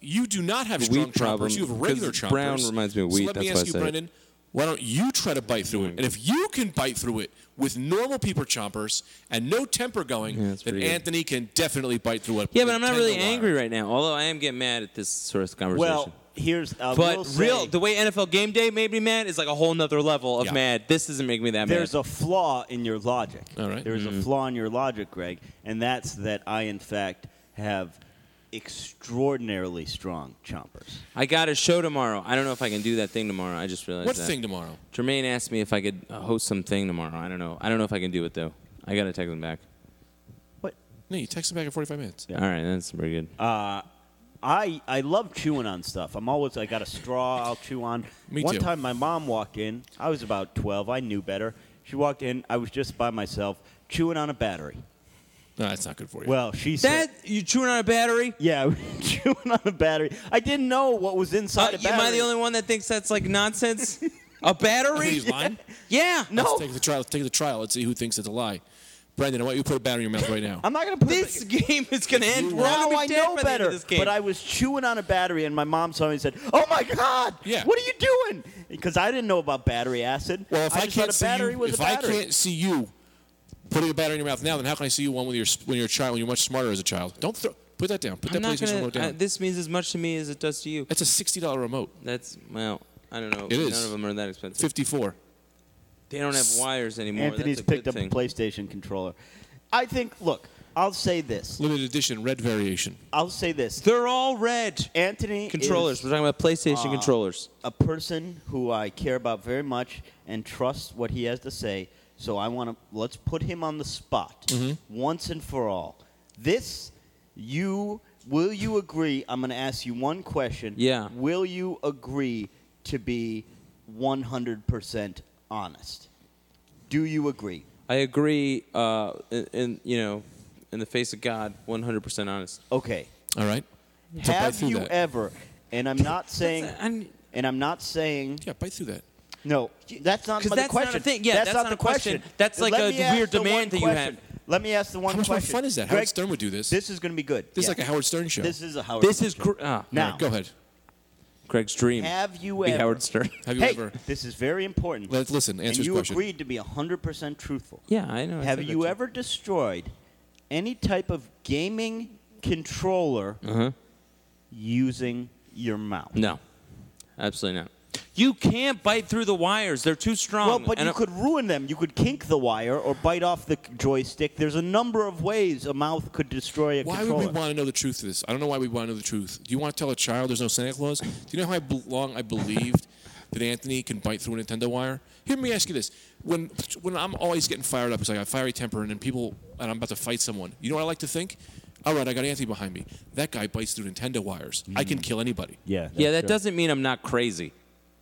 S3: you do not have strong
S1: Uh, Wheat problem,
S3: chompers. You have regular
S1: 'cause
S3: chompers.
S1: brown reminds me of
S3: So
S1: wheat,
S3: let me
S1: that's why I
S3: ask you,
S1: said it.
S3: Brendan, why don't you try to bite through it? And if you can bite through it with normal people chompers and no temper going,
S1: Yeah, that's
S3: then
S1: pretty good.
S3: Anthony can definitely bite through it.
S1: yeah, but I'm not really angry right now. Although I am getting mad at this sort of conversation.
S2: well, here's I will
S1: But
S2: say,
S1: real, the way NFL Game Day made me mad is like a whole nother level of
S3: Yeah.
S1: mad. This doesn't make me that mad.
S2: there's a flaw in your logic.
S3: All right.
S2: There is
S1: Mm.
S2: a flaw in your logic, Greg, and that's that I in fact have extraordinarily strong chompers.
S1: I got a show tomorrow. I don't know if I can do that thing tomorrow. I just realized
S3: What
S1: that.
S3: thing tomorrow?
S1: Jermaine asked me if I could uh, host some thing tomorrow. I don't know. I don't know if I can do it though. I gotta text him back.
S2: What?
S3: No, you text him back in 45 minutes.
S1: All right, that's pretty good.
S2: Uh, I I love chewing on stuff. I'm always I got a straw I'll chew on.
S3: Me
S2: One
S3: too.
S2: time my mom walked in. I was about 12. I knew better. She walked in. I was just by myself chewing on a battery.
S3: No, that's not good for you.
S2: Well, she said
S1: that you chewing on a battery?
S2: Yeah, chewing on a battery. I didn't know what was
S1: Uh,
S2: inside a
S1: you- am
S2: battery.
S1: I the only one that thinks that's like nonsense? a
S3: I think
S1: battery?
S3: he's lying.
S1: yeah.
S2: no,
S3: Let's take the trial. Let's take the trial. Let's see who thinks it's a lie. Brendan, I want you to put a battery in your mouth right now.
S2: I'm not gonna put
S1: This
S2: it.
S1: game is gonna end. We're all gonna
S2: How do
S1: be
S2: I
S1: dead
S2: know
S1: by the end of
S2: better?
S1: This game.
S2: But I was chewing on a battery, and my mom saw me and said, "Oh my God,
S3: Yeah.
S2: what are you doing?" Because I didn't know about battery acid.
S3: Well, if I,
S2: I, just thought
S3: can't
S2: a battery
S3: see you,
S2: was
S3: if
S2: a battery.
S3: I can't see you putting a battery in your mouth now, then how can I see you one when you're s- when you're a child when you're much smarter as a child? Don't throw. Put that down. Put
S1: I'm
S3: that
S1: not
S3: PlayStation
S1: gonna.
S3: remote down.
S1: uh, this means as much to me as it does to you.
S3: That's a sixty dollar remote.
S1: That's well, I don't know.
S3: It is.
S1: None of them are that expensive.
S3: Fifty four.
S1: They don't have wires anymore.
S2: Anthony's
S1: That's a
S2: picked
S1: good
S2: up
S1: thing.
S2: a PlayStation controller. I think. Look, I'll say this.
S3: Limited edition red variation.
S2: I'll say this.
S1: They're all red
S2: Anthony
S1: controllers.
S2: is
S1: We're talking about PlayStation
S2: uh,
S1: controllers.
S2: a person who I care about very much and trust what he has to say. So I want to let's put him on the spot
S1: Mm-hmm.
S2: once and for all. This, you will you agree? I'm going to ask you one question.
S1: Yeah.
S2: Will you agree to be 100% honest? Do you agree?
S1: I agree. Uh, in, in you know, in the face of God, 100% honest.
S2: Okay.
S3: All right. So bite
S2: have
S3: through
S2: you
S3: that.
S2: ever? And I'm not saying.
S1: And
S2: And I'm not saying
S3: yeah, bite through that.
S2: No, that's not
S1: 'Cause
S2: the
S1: that's not a
S2: question.
S1: thing. Yeah, that's not
S2: the
S1: a question. That's like
S2: Let
S1: a
S2: me ask
S1: weird
S2: the one
S1: demand that you have.
S2: question. Let me ask the one
S3: How much more
S2: question.
S3: fun is that?
S2: Greg,
S3: Howard Stern would do this.
S2: This is going to be good.
S3: This is
S2: Yeah.
S3: like a Howard Stern show.
S2: This is a Howard.
S1: this
S2: Stern
S1: is
S2: show.
S1: gr- ah,
S2: now.
S3: All right, go ahead.
S1: Craig's dream.
S2: Have you
S1: be
S2: ever?
S1: Howard Stern.
S3: Have you
S2: hey,
S3: ever?
S2: this is very important.
S3: Let- listen, answer
S2: and
S3: his
S2: you
S3: question.
S2: agreed to be 100% truthful.
S1: yeah, I know. I
S2: Have
S1: said that
S2: you
S1: too.
S2: ever destroyed any type of gaming controller
S1: Uh-huh.
S2: using your mouth?
S1: No, absolutely not. You can't bite through the wires; they're too strong.
S2: Well, but
S1: And
S2: you
S1: I-
S2: could ruin them. You could kink the wire or bite off the joystick. There's a number of ways a mouth could destroy a
S3: Why
S2: controller.
S3: would we want to know the truth of this? I don't know why we want to know the truth. Do you want to tell a child there's no Santa Claus? Do you know how I bel- long I believed that Anthony can bite through a Nintendo wire? Here, let me ask you this: when when I'm always getting fired up, it's like I have a fiery temper, and then people and I'm about to fight someone. You know what I like to think? All right, I got Anthony behind me. That guy bites through Nintendo wires. I can kill anybody.
S2: yeah.
S1: yeah, that doesn't mean I'm not crazy.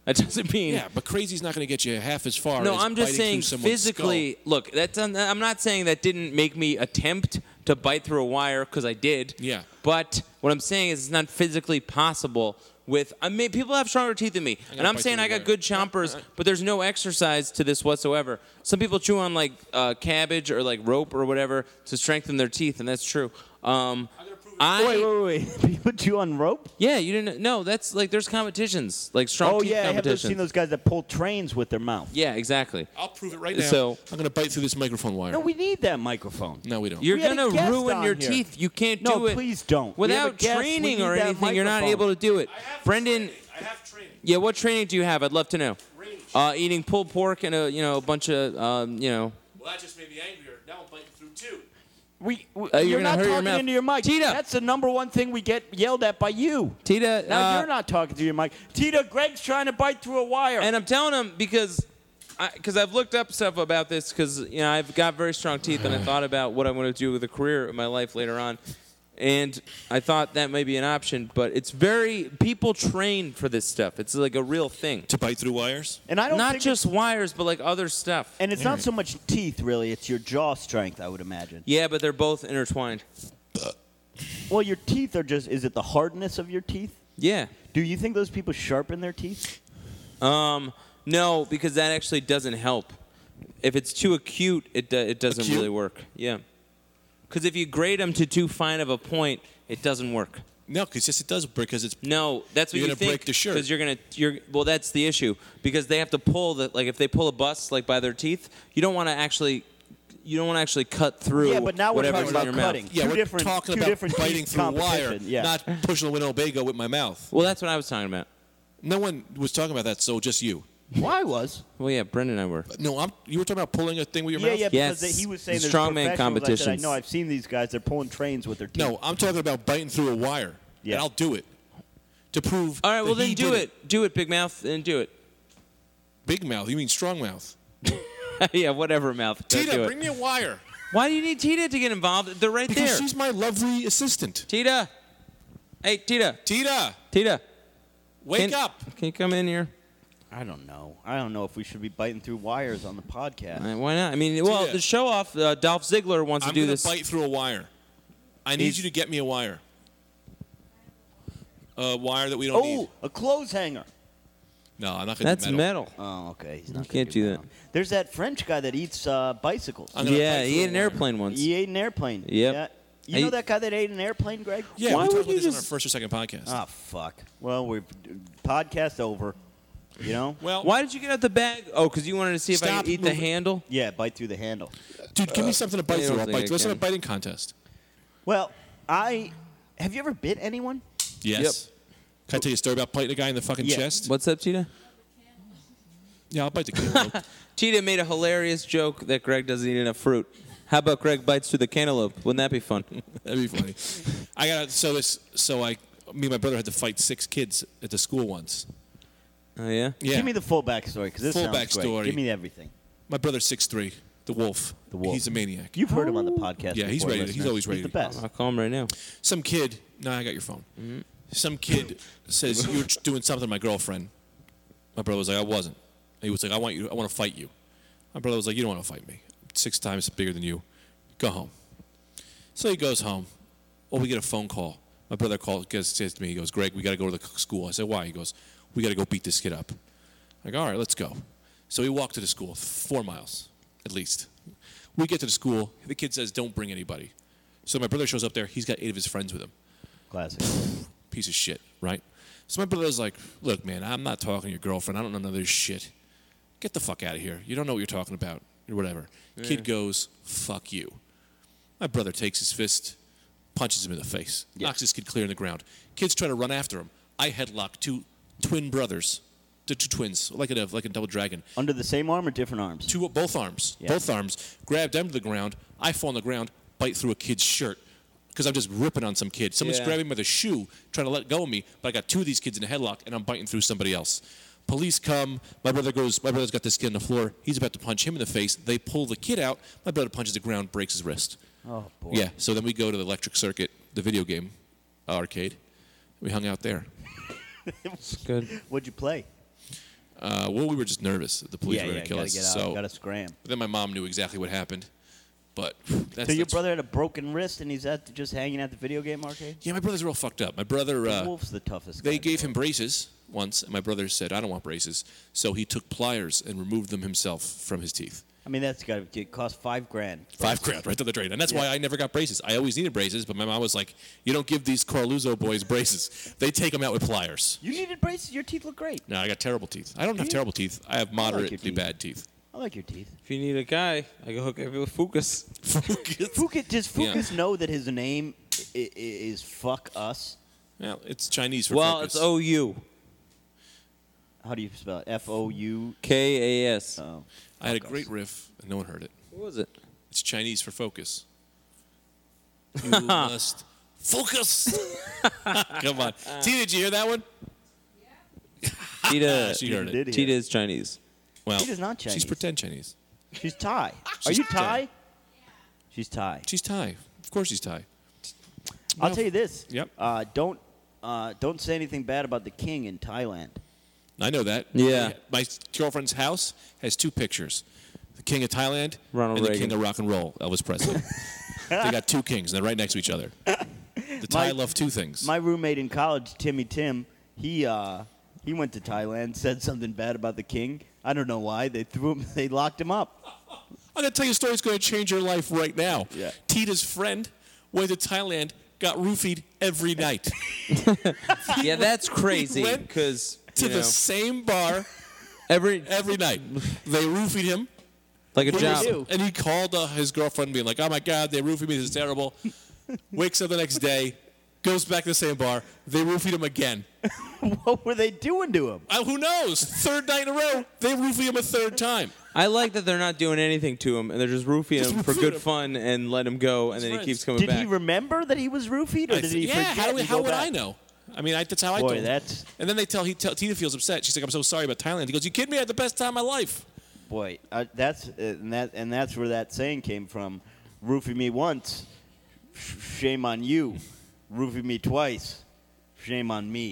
S1: That doesn't mean.
S3: Yeah, but crazy's not going to get you half as far.
S1: No,
S3: as
S1: I'm just
S3: biting through
S1: saying
S3: someone's
S1: physically. Look, that's I'm not saying that didn't make me attempt to bite through a wire because I did.
S3: Yeah.
S1: But what I'm saying is it's not physically possible. With I mean, people have stronger teeth than me, and
S3: gotta
S1: I'm
S3: bite
S1: saying
S3: through
S1: I
S3: the
S1: got
S3: wire.
S1: good chompers, but there's no exercise to this whatsoever. Some people chew on like uh, cabbage or like rope or whatever to strengthen their teeth, and that's true. Um, I
S2: Wait, wait, wait. People chew on rope?
S1: yeah, you didn't no. That's like there's competitions like strong
S2: Oh,
S1: teeth
S2: yeah. I have
S1: competitions.
S2: seen those guys that pull trains with their mouth.
S1: yeah, exactly.
S3: Skull. I'll prove it right now.
S1: So-
S3: I'm going to bite through this microphone wire.
S2: No, we need that microphone.
S3: No, we don't.
S1: You're
S2: We had a
S1: gonna
S2: guest
S1: ruin
S2: on
S1: your
S2: here.
S1: teeth. You can't
S2: No,
S1: do it.
S2: please don't. We have a
S1: Without
S2: guest. We
S1: training or
S2: need that
S1: anything, you're not
S2: microphone.
S1: able to do it. Brendan,
S3: I have training.
S1: yeah, what training do you have? I'd love to know.
S3: Range.
S1: Uh, eating pulled pork and a you know a bunch of um, you know.
S3: Well, that just made me angrier. Now I'm biting through too.
S2: We, we,
S1: Uh, you're
S2: you're
S1: gonna
S2: not
S1: hurt your
S2: talking
S1: mouth.
S2: into your mic.
S1: Tita.
S2: That's the number one thing we get yelled at by you.
S1: Tita,
S2: Now
S1: uh,
S2: you're not talking to your mic. Tita, Greg's trying to bite through a wire.
S1: and I'm telling him because. Because I've looked up stuff about this, because you know I've got very strong teeth, and I thought about what I want to do with a career in my life later on, and I thought that may be an option. But it's very people train for this stuff. It's like a real thing,
S3: To bite through wires?
S2: And I don't
S1: not
S2: think
S1: just wires, but like other stuff.
S2: And it's not so much teeth, really. It's your jaw strength, I would imagine.
S1: Yeah, but they're both intertwined.
S2: Well, your teeth are just, is it the hardness of your teeth?
S1: Yeah.
S2: Do you think those people sharpen their teeth?
S1: Um, no, because that actually doesn't help. If it's too acute, it do, it doesn't
S3: Acute?
S1: really work. Yeah. Because if you grade them to too fine of a point, it doesn't work.
S3: No, because yes, it does because it's
S1: No, that's what
S3: You're
S1: you
S3: gonna
S1: think.
S3: break the shirt.
S1: Because you're gonna, you're well. That's the issue. Because they have to pull the like if they pull a bus like by their teeth, you don't want to actually, you don't want to actually cut through.
S2: Yeah, but now we're
S1: whatever's
S2: talking
S1: in
S2: about
S1: your
S2: cutting.
S1: Mouth.
S3: yeah.
S2: Two
S3: we're
S2: different-
S3: talking
S2: two
S3: about
S2: different
S3: biting
S2: teeth
S3: through wire,
S2: competition, yeah.
S3: not pushing a Winnebago with my mouth.
S1: Well, that's what I was talking about.
S3: No one was talking about that, so just you.
S2: Well, I was.
S1: Well, yeah, Brendan and I were.
S3: No, I'm, you were talking about pulling a thing with your
S2: Yeah,
S3: mouth.
S2: yeah, because
S1: Yes.
S2: he was saying
S1: The
S2: there's
S1: strongman
S2: professionals. I said, I
S1: competitions.
S2: know, I've seen these guys. They're pulling trains with their teeth.
S3: No, I'm talking about biting through a wire.
S2: Yeah.
S3: and I'll do it to prove.
S1: All right,
S3: that
S1: well then
S3: he
S1: do
S3: did
S1: it. do it, big mouth, and do it.
S3: Big mouth. You mean strong mouth?
S1: yeah, whatever mouth. Don't do
S3: Tita,
S1: it.
S3: bring me a wire
S1: Why do you need Tita to get involved? They're right
S3: because
S1: there.
S3: she's my lovely assistant.
S1: Tita. Hey, Tita.
S3: Tita,
S1: Tita.
S3: wake
S1: can,
S3: up.
S1: Can you come in here?
S2: I don't know. I don't know if we should be biting through wires on the podcast.
S1: Uh, why not? I mean, well,
S3: Tita.
S1: the show off, uh, Dolph Ziggler wants
S3: I'm
S1: to do
S3: gonna
S1: this.
S3: bite through a wire. I need you to get me a wire. A wire that we
S2: Oh,
S3: don't need.
S2: a clothes hanger.
S3: No, I'm not gonna.
S1: That's
S3: do
S1: metal.
S2: Oh, okay. He's not.
S1: You
S2: gonna
S1: can't do that.
S2: There's that French guy that eats uh, bicycles.
S3: I'm gonna
S1: Yeah,
S3: bite
S1: he
S3: through
S1: ate
S3: a
S1: an
S3: wire.
S1: airplane once.
S2: He ate an airplane.
S1: Yep.
S2: Yeah. You
S1: I-
S2: know that guy that ate an airplane, Greg?
S3: Yeah,
S1: Why
S3: we talked
S1: would
S3: about
S1: you
S3: this on our
S1: just-
S3: first or second podcast.
S2: Ah, fuck. Well, we're podcast over. You know?
S3: well,
S1: Why did you get out the bag? Oh, because you wanted to see if I
S3: Stop
S1: could eat the
S3: moving.
S1: handle?
S2: yeah, bite through the handle.
S3: dude, give me something to bite
S1: I
S3: through.
S1: don't
S3: I'll
S1: think
S3: bite.
S1: I
S3: Let's have a
S1: can.
S3: biting contest.
S2: Well, I have you ever bit anyone?
S3: Yes. Can I tell you a story about biting a guy in the fucking
S2: Yeah.
S3: chest?
S1: What's up, Tita?
S3: Yeah, I'll bite the cantaloupe.
S1: Tita made a hilarious joke that Greg doesn't eat enough fruit. How about Greg bites through the cantaloupe? Wouldn't that be fun?
S3: That'd be funny. I got so this. So I, me and my brother had to fight six kids at the school once.
S1: Oh, yeah?
S3: Yeah.
S2: Give me the full backstory because this
S3: Full
S2: sounds
S3: backstory.
S2: great. Give me everything.
S3: my brother's six three. The wolf.
S2: The wolf.
S3: He's a maniac.
S2: You've heard him on the podcast.
S3: Oh. Yeah, he's
S2: before,
S3: ready. He's
S2: listeners.
S3: always ready. Uh-huh.
S2: He's the best.
S1: I'll call him right now.
S3: Some kid. No, I got your phone. Some kid says you were doing something to my girlfriend. My brother was like, I wasn't. He was like, I want you. I want to fight you. My brother was like, you don't want to fight me. I'm Six times bigger than you. Go home. So he goes home. Well, we get a phone call. My brother called, gets, says to me, he goes, Greg, we got to go to the c- school. I said, why? He goes, we got to go beat this kid up. I'm like, all right, let's go. So we walk to the school, four miles at least. We get to the school. The kid says, don't bring anybody. So my brother shows up there. He's got eight of his friends with him
S2: Classic.
S3: piece of shit. right? So my brother's like, look, man, I'm not talking to your girlfriend. I don't know none of this shit. Get the fuck out of here. You don't know what you're talking about or whatever. Kid goes, fuck you. My brother takes his fist, punches him in the face, knocks this kid clear in the ground. Kids try to run after him. I headlock two twin brothers, two, two twins, like in a like in Double Dragon
S2: Under the same arm or different arms?
S3: two both arms, both arms, grabbed them to the ground. I fall on the ground, bite through a kid's shirt because I'm just ripping on some kid. Someone's
S1: Yeah.
S3: grabbing me by the shoe, trying to let go of me, but I got two of these kids in a headlock and I'm biting through somebody else. Police come. My brother goes. My brother's got this kid on the floor. He's about to punch him in the face. They pull the kid out. My brother punches the ground, breaks his wrist.
S2: Oh, boy.
S3: Yeah. So then we go to the Electric Circuit, the video game uh, arcade. We hung out there.
S1: Good.
S2: What'd you play?
S3: Uh, well, we were just nervous. that The police
S2: yeah,
S3: were
S2: yeah,
S3: going to kill
S2: gotta
S3: us.
S2: get out,
S3: so
S2: gotta scram.
S3: But then my mom knew exactly what happened. But that's
S2: So your
S3: that's-
S2: brother had a broken wrist and he's at just hanging at the video game arcade.
S3: Yeah, my brother's real fucked up. My brother,
S2: the
S3: uh,
S2: wolf's the toughest. guy
S3: they
S2: in the
S3: gave
S2: world.
S3: him braces once, and my brother said, "I don't want braces," so he took pliers and removed them himself from his teeth.
S2: I mean, that's got to cost five grand.
S3: Five grand right to the drain, and that's why I never got braces. I always needed braces, but my mom was like, "You don't give these Carluzzo boys braces; they take them out with pliers."
S2: You needed braces. Your teeth look great.
S3: No, I got terrible teeth. I don't have terrible teeth. I have
S2: your
S3: moderately
S2: teeth.
S3: bad teeth.
S2: I like your teeth.
S1: If you need a guy, I can hook up with Fukas.
S2: Fukas, does
S3: Yeah.
S2: Fukas know that his name i- i- is fuck us?
S3: yeah, it's Chinese for
S1: Well,
S3: focus.
S1: it's O U
S2: How do you spell it? F O U.
S1: K A S.
S2: Oh,
S3: I had a great riff, and no one heard it.
S1: What was it?
S3: It's Chinese for focus. You must focus. Come on.
S2: Uh,
S3: T, did you hear that one?
S1: Tita.
S3: she heard
S2: did hear
S3: it.
S1: Tita
S2: it.
S1: is Chinese.
S3: Well,
S2: Tita's not Chinese.
S3: She's pretend Chinese.
S2: She's Thai. Are
S3: She's
S2: you
S3: Thai.
S2: Thai? She's Thai.
S3: She's Thai. Of course she's Thai.
S2: I'll tell you this.
S3: Yep.
S2: Uh, don't uh, don't say anything bad about the king in Thailand.
S3: I know that.
S1: Yeah.
S3: My girlfriend's house has two pictures. The king of Thailand
S1: Ronald
S3: and the
S1: Reagan.
S3: king of rock and roll, Elvis Presley. they got two kings, and they're right next to each other. The Thai
S2: My-
S3: love two things.
S2: My roommate in college, Timmy Tim, he uh, he went to Thailand, said something bad about the king. I don't know why. They threw him. They locked him up.
S3: I'm going to tell you a story that's going to change your life right now.
S2: Yeah.
S3: Tita's friend went to Thailand, got roofied every night.
S1: Yeah, that's crazy.
S3: went
S1: Because
S3: to the same bar
S1: every
S3: every night. They roofied him.
S1: like a
S3: He was-
S1: job.
S3: And he called uh, his girlfriend, being like, "Oh my God, they roofied me. This is terrible." Wakes up the next day, goes back to the same bar. They roofied him again.
S2: What were they doing to him?
S3: Uh, who knows? Third night in a row, they roofied him a third time.
S1: I like that they're not doing anything to him, and they're just roofing
S3: Just
S1: him for
S3: roofing
S1: good
S3: him.
S1: fun and let him go, and then he
S3: friends.
S1: keeps coming
S2: Did
S1: back.
S2: he remember that he was roofied, or
S3: I
S2: did
S3: said,
S2: he
S3: yeah,
S2: forget?
S3: how, do we-
S2: and
S3: how
S2: go
S3: would I
S2: back?
S3: know? I mean, I, that's how I
S2: Boy,
S3: told him.
S2: that's-
S3: And then they tell he tell, Tina feels upset. She's like, "I'm so sorry about Thailand." He goes, "You kidding me? I had the best time of my life."
S2: Boy, uh, that's uh, and that and that's where that saying came from. Roofie me once, sh- shame on you. Roofie me twice, shame on me.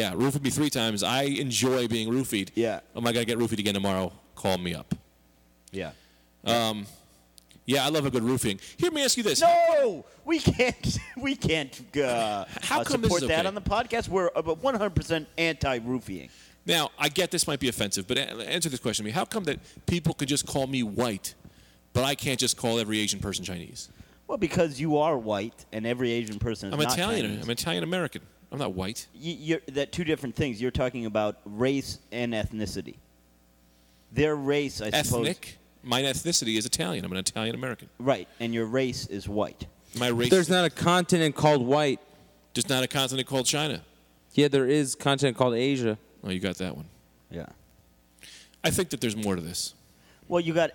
S3: Yeah, roofied me three times. I enjoy being roofied.
S2: Yeah.
S3: Am I gonna get roofied again tomorrow? Call me up.
S2: Yeah.
S3: Yeah, I love a good roofing. Here, let me ask you this.
S2: No, we can't. We can't uh,
S3: How
S2: uh,
S3: come this
S2: support
S3: is
S2: that
S3: okay?
S2: on the podcast. We're uh, 100% anti-roofing.
S3: Now, I get this might be offensive, but a- answer this question to me. How come that people can just call me white, but I can't just call every Asian person Chinese?
S2: Well, because you are white, and every Asian person is
S3: I'm
S2: not
S3: Italian.
S2: Chinese.
S3: I'm Italian American. I'm not white.
S2: you, you're, that two different things. You're talking about race and ethnicity. Their race, I suppose.
S3: Ethnic. My ethnicity is Italian. I'm an Italian American.
S2: Right, and your race is white.
S3: My race.
S1: There's not a continent called white.
S3: there's not a continent called China.
S1: Yeah, there is continent called Asia.
S3: Oh, you got that one.
S2: Yeah.
S3: I think that there's more to this.
S2: Well, you got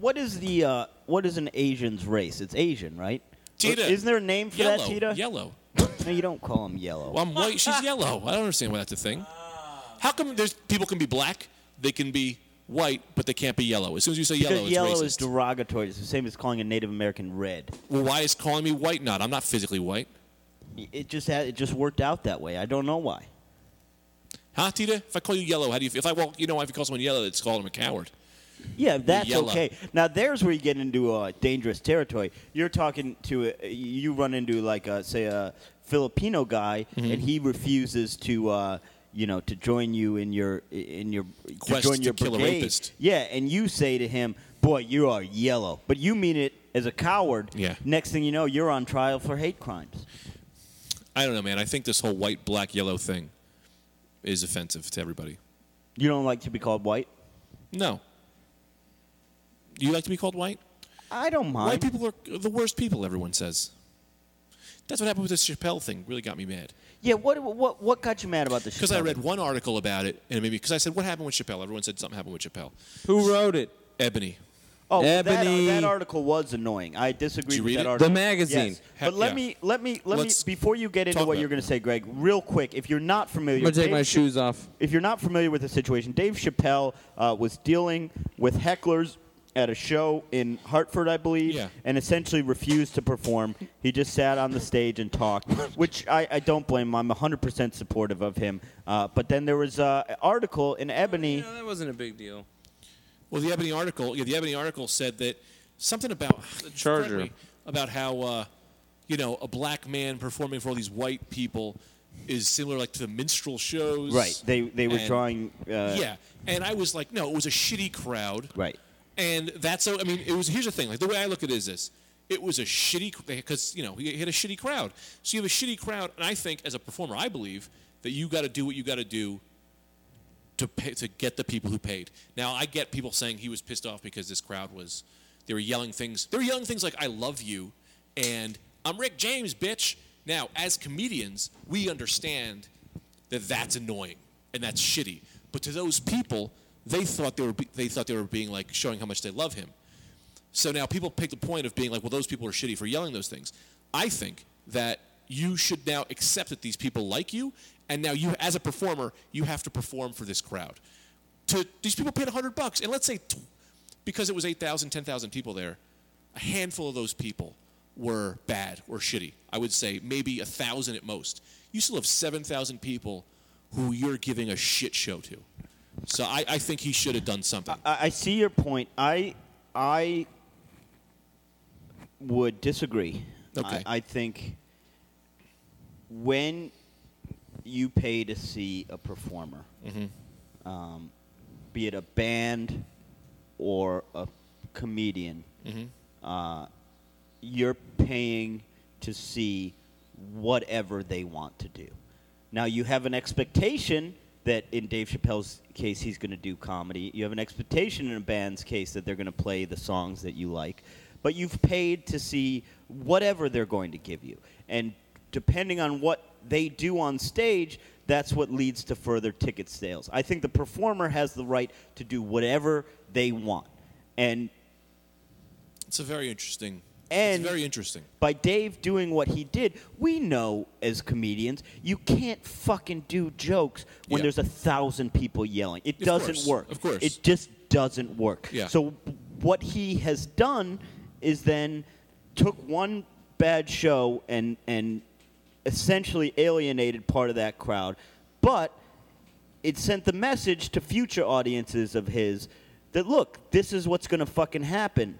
S2: what is the uh, what is an Asian's race? It's Asian, right?
S3: Cheetah.
S2: Isn't there a name for
S3: Yellow.
S2: that, Tita?
S3: Yellow.
S2: No, you don't call them yellow.
S3: Well, I'm white. She's yellow. I don't understand why that's a thing. How come there's people can be black, they can be white, but they can't be yellow? As soon as you say
S2: because
S3: yellow,
S2: yellow
S3: it's racist.
S2: is derogatory. It's the same as calling a Native American red.
S3: well, why is calling me white not? I'm not physically white.
S2: It just had, it just worked out that way. I don't know why.
S3: Huh, Tita? If I call you yellow, how do you? If I well, you know, if you call someone yellow, it's called him a coward.
S2: Yeah, that's
S3: yellow.
S2: okay. Now there's where you get into uh, dangerous territory. You're talking to a, you run into like a, say a Filipino guy,
S3: Mm-hmm.
S2: and he refuses to uh, you know to join you in your in your
S3: Quest
S2: to join
S3: to
S2: your
S3: kill a
S2: brigade.
S3: rapist.
S2: Yeah, and you say to him, "Boy, you are yellow," but you mean it as a coward.
S3: Yeah.
S2: Next thing you know, you're on trial for hate crimes.
S3: I don't know, man. I think this whole white, black, yellow thing is offensive to everybody.
S2: You don't like to be called white?
S3: No. You like to be called white?
S2: I don't mind.
S3: White people are the worst people, everyone says. That's what happened with this Chappelle thing. Really got me mad.
S2: Yeah, what what what got you mad about this?
S3: Because I read one article about it, and it made me, because I said, What happened with Chappelle? Everyone said something happened with Chappelle.
S1: Who wrote it?
S3: Ebony.
S2: oh, that-
S1: Ebony-
S2: That, article was annoying. I disagree
S3: Did you
S2: with
S3: read
S2: that
S3: it?
S2: article.
S1: The magazine.
S2: Yes.
S3: Heck
S2: But let
S3: yeah.
S2: me let me let
S3: Let's
S2: me before you get into
S3: talk
S2: what
S3: about
S2: you're
S3: it.
S2: going to say, Greg, real quick. If you're not familiar,
S1: I'm gonna take my
S2: Dave Ch-
S1: shoes off.
S2: If you're not familiar with the situation, Dave Chappelle uh, was dealing with hecklers at a show in Hartford, I believe,
S3: Yeah.
S2: and essentially refused to perform. He just sat on the stage and talked, which I, I don't blame him. I'm 100% supportive of him. Uh, but then there was uh, an article in Ebony.
S1: No, that wasn't a big deal.
S3: Well, the Ebony article, yeah, the Ebony article said that something about
S1: Charger.
S3: me, about how uh, you know a black man performing for all these white people is similar like to the minstrel shows,
S2: Right. They they were
S3: And-
S2: drawing. Uh,
S3: yeah, and I was like, no, it was a shitty crowd,
S2: Right.
S3: And that's so. I mean, it was. Here's the thing. Like the way I look at it is this: it was a shitty because you know he hit a shitty crowd. So you have a shitty crowd, and I think as a performer, I believe that you got to do what you got to do to pay, to get the people who paid. Now I get people saying he was pissed off because this crowd was they were yelling things. They were yelling things like "I love you" and "I'm Rick James, bitch." Now, as comedians, we understand that that's annoying and that's shitty. But to those people, they thought they were be- they thought they were being like showing how much they love him. So now people pick the point of being like, well, those people are shitty for yelling those things. I think that you should now accept that these people like you, and now you, as a performer, you have to perform for this crowd. To these people paid hundred bucks, and let's say t- because it was 8,000, 10,000 people there, a handful of those people were bad or shitty. I would say maybe a thousand at most. You still have seven thousand people who you're giving a shit show to. So I, I think he should have done something.
S2: I, I see your point. I I would disagree.
S3: Okay.
S2: I, I think when you pay to see a performer,
S3: Mm-hmm.
S2: um, be it a band or a comedian,
S3: Mm-hmm.
S2: uh, you're paying to see whatever they want to do. Now you have an expectation that in Dave Chappelle's case he's going to do comedy. You have an expectation in a band's case that they're going to play the songs that you like, but you've paid to see whatever they're going to give you. And depending on what they do on stage, that's what leads to further ticket sales. I think the performer has the right to do whatever they want. And
S3: It's a very interesting.
S2: And-
S3: it's very interesting.
S2: by Dave doing what he did, we know as comedians, you can't fucking do jokes when
S3: Yeah.
S2: there's a thousand people yelling. It
S3: Of
S2: doesn't
S3: course,
S2: work.
S3: of course.
S2: It just doesn't work.
S3: Yeah.
S2: So what he has done is then took one bad show and and essentially alienated part of that crowd, but it sent the message to future audiences of his that look, this is what's going to fucking happen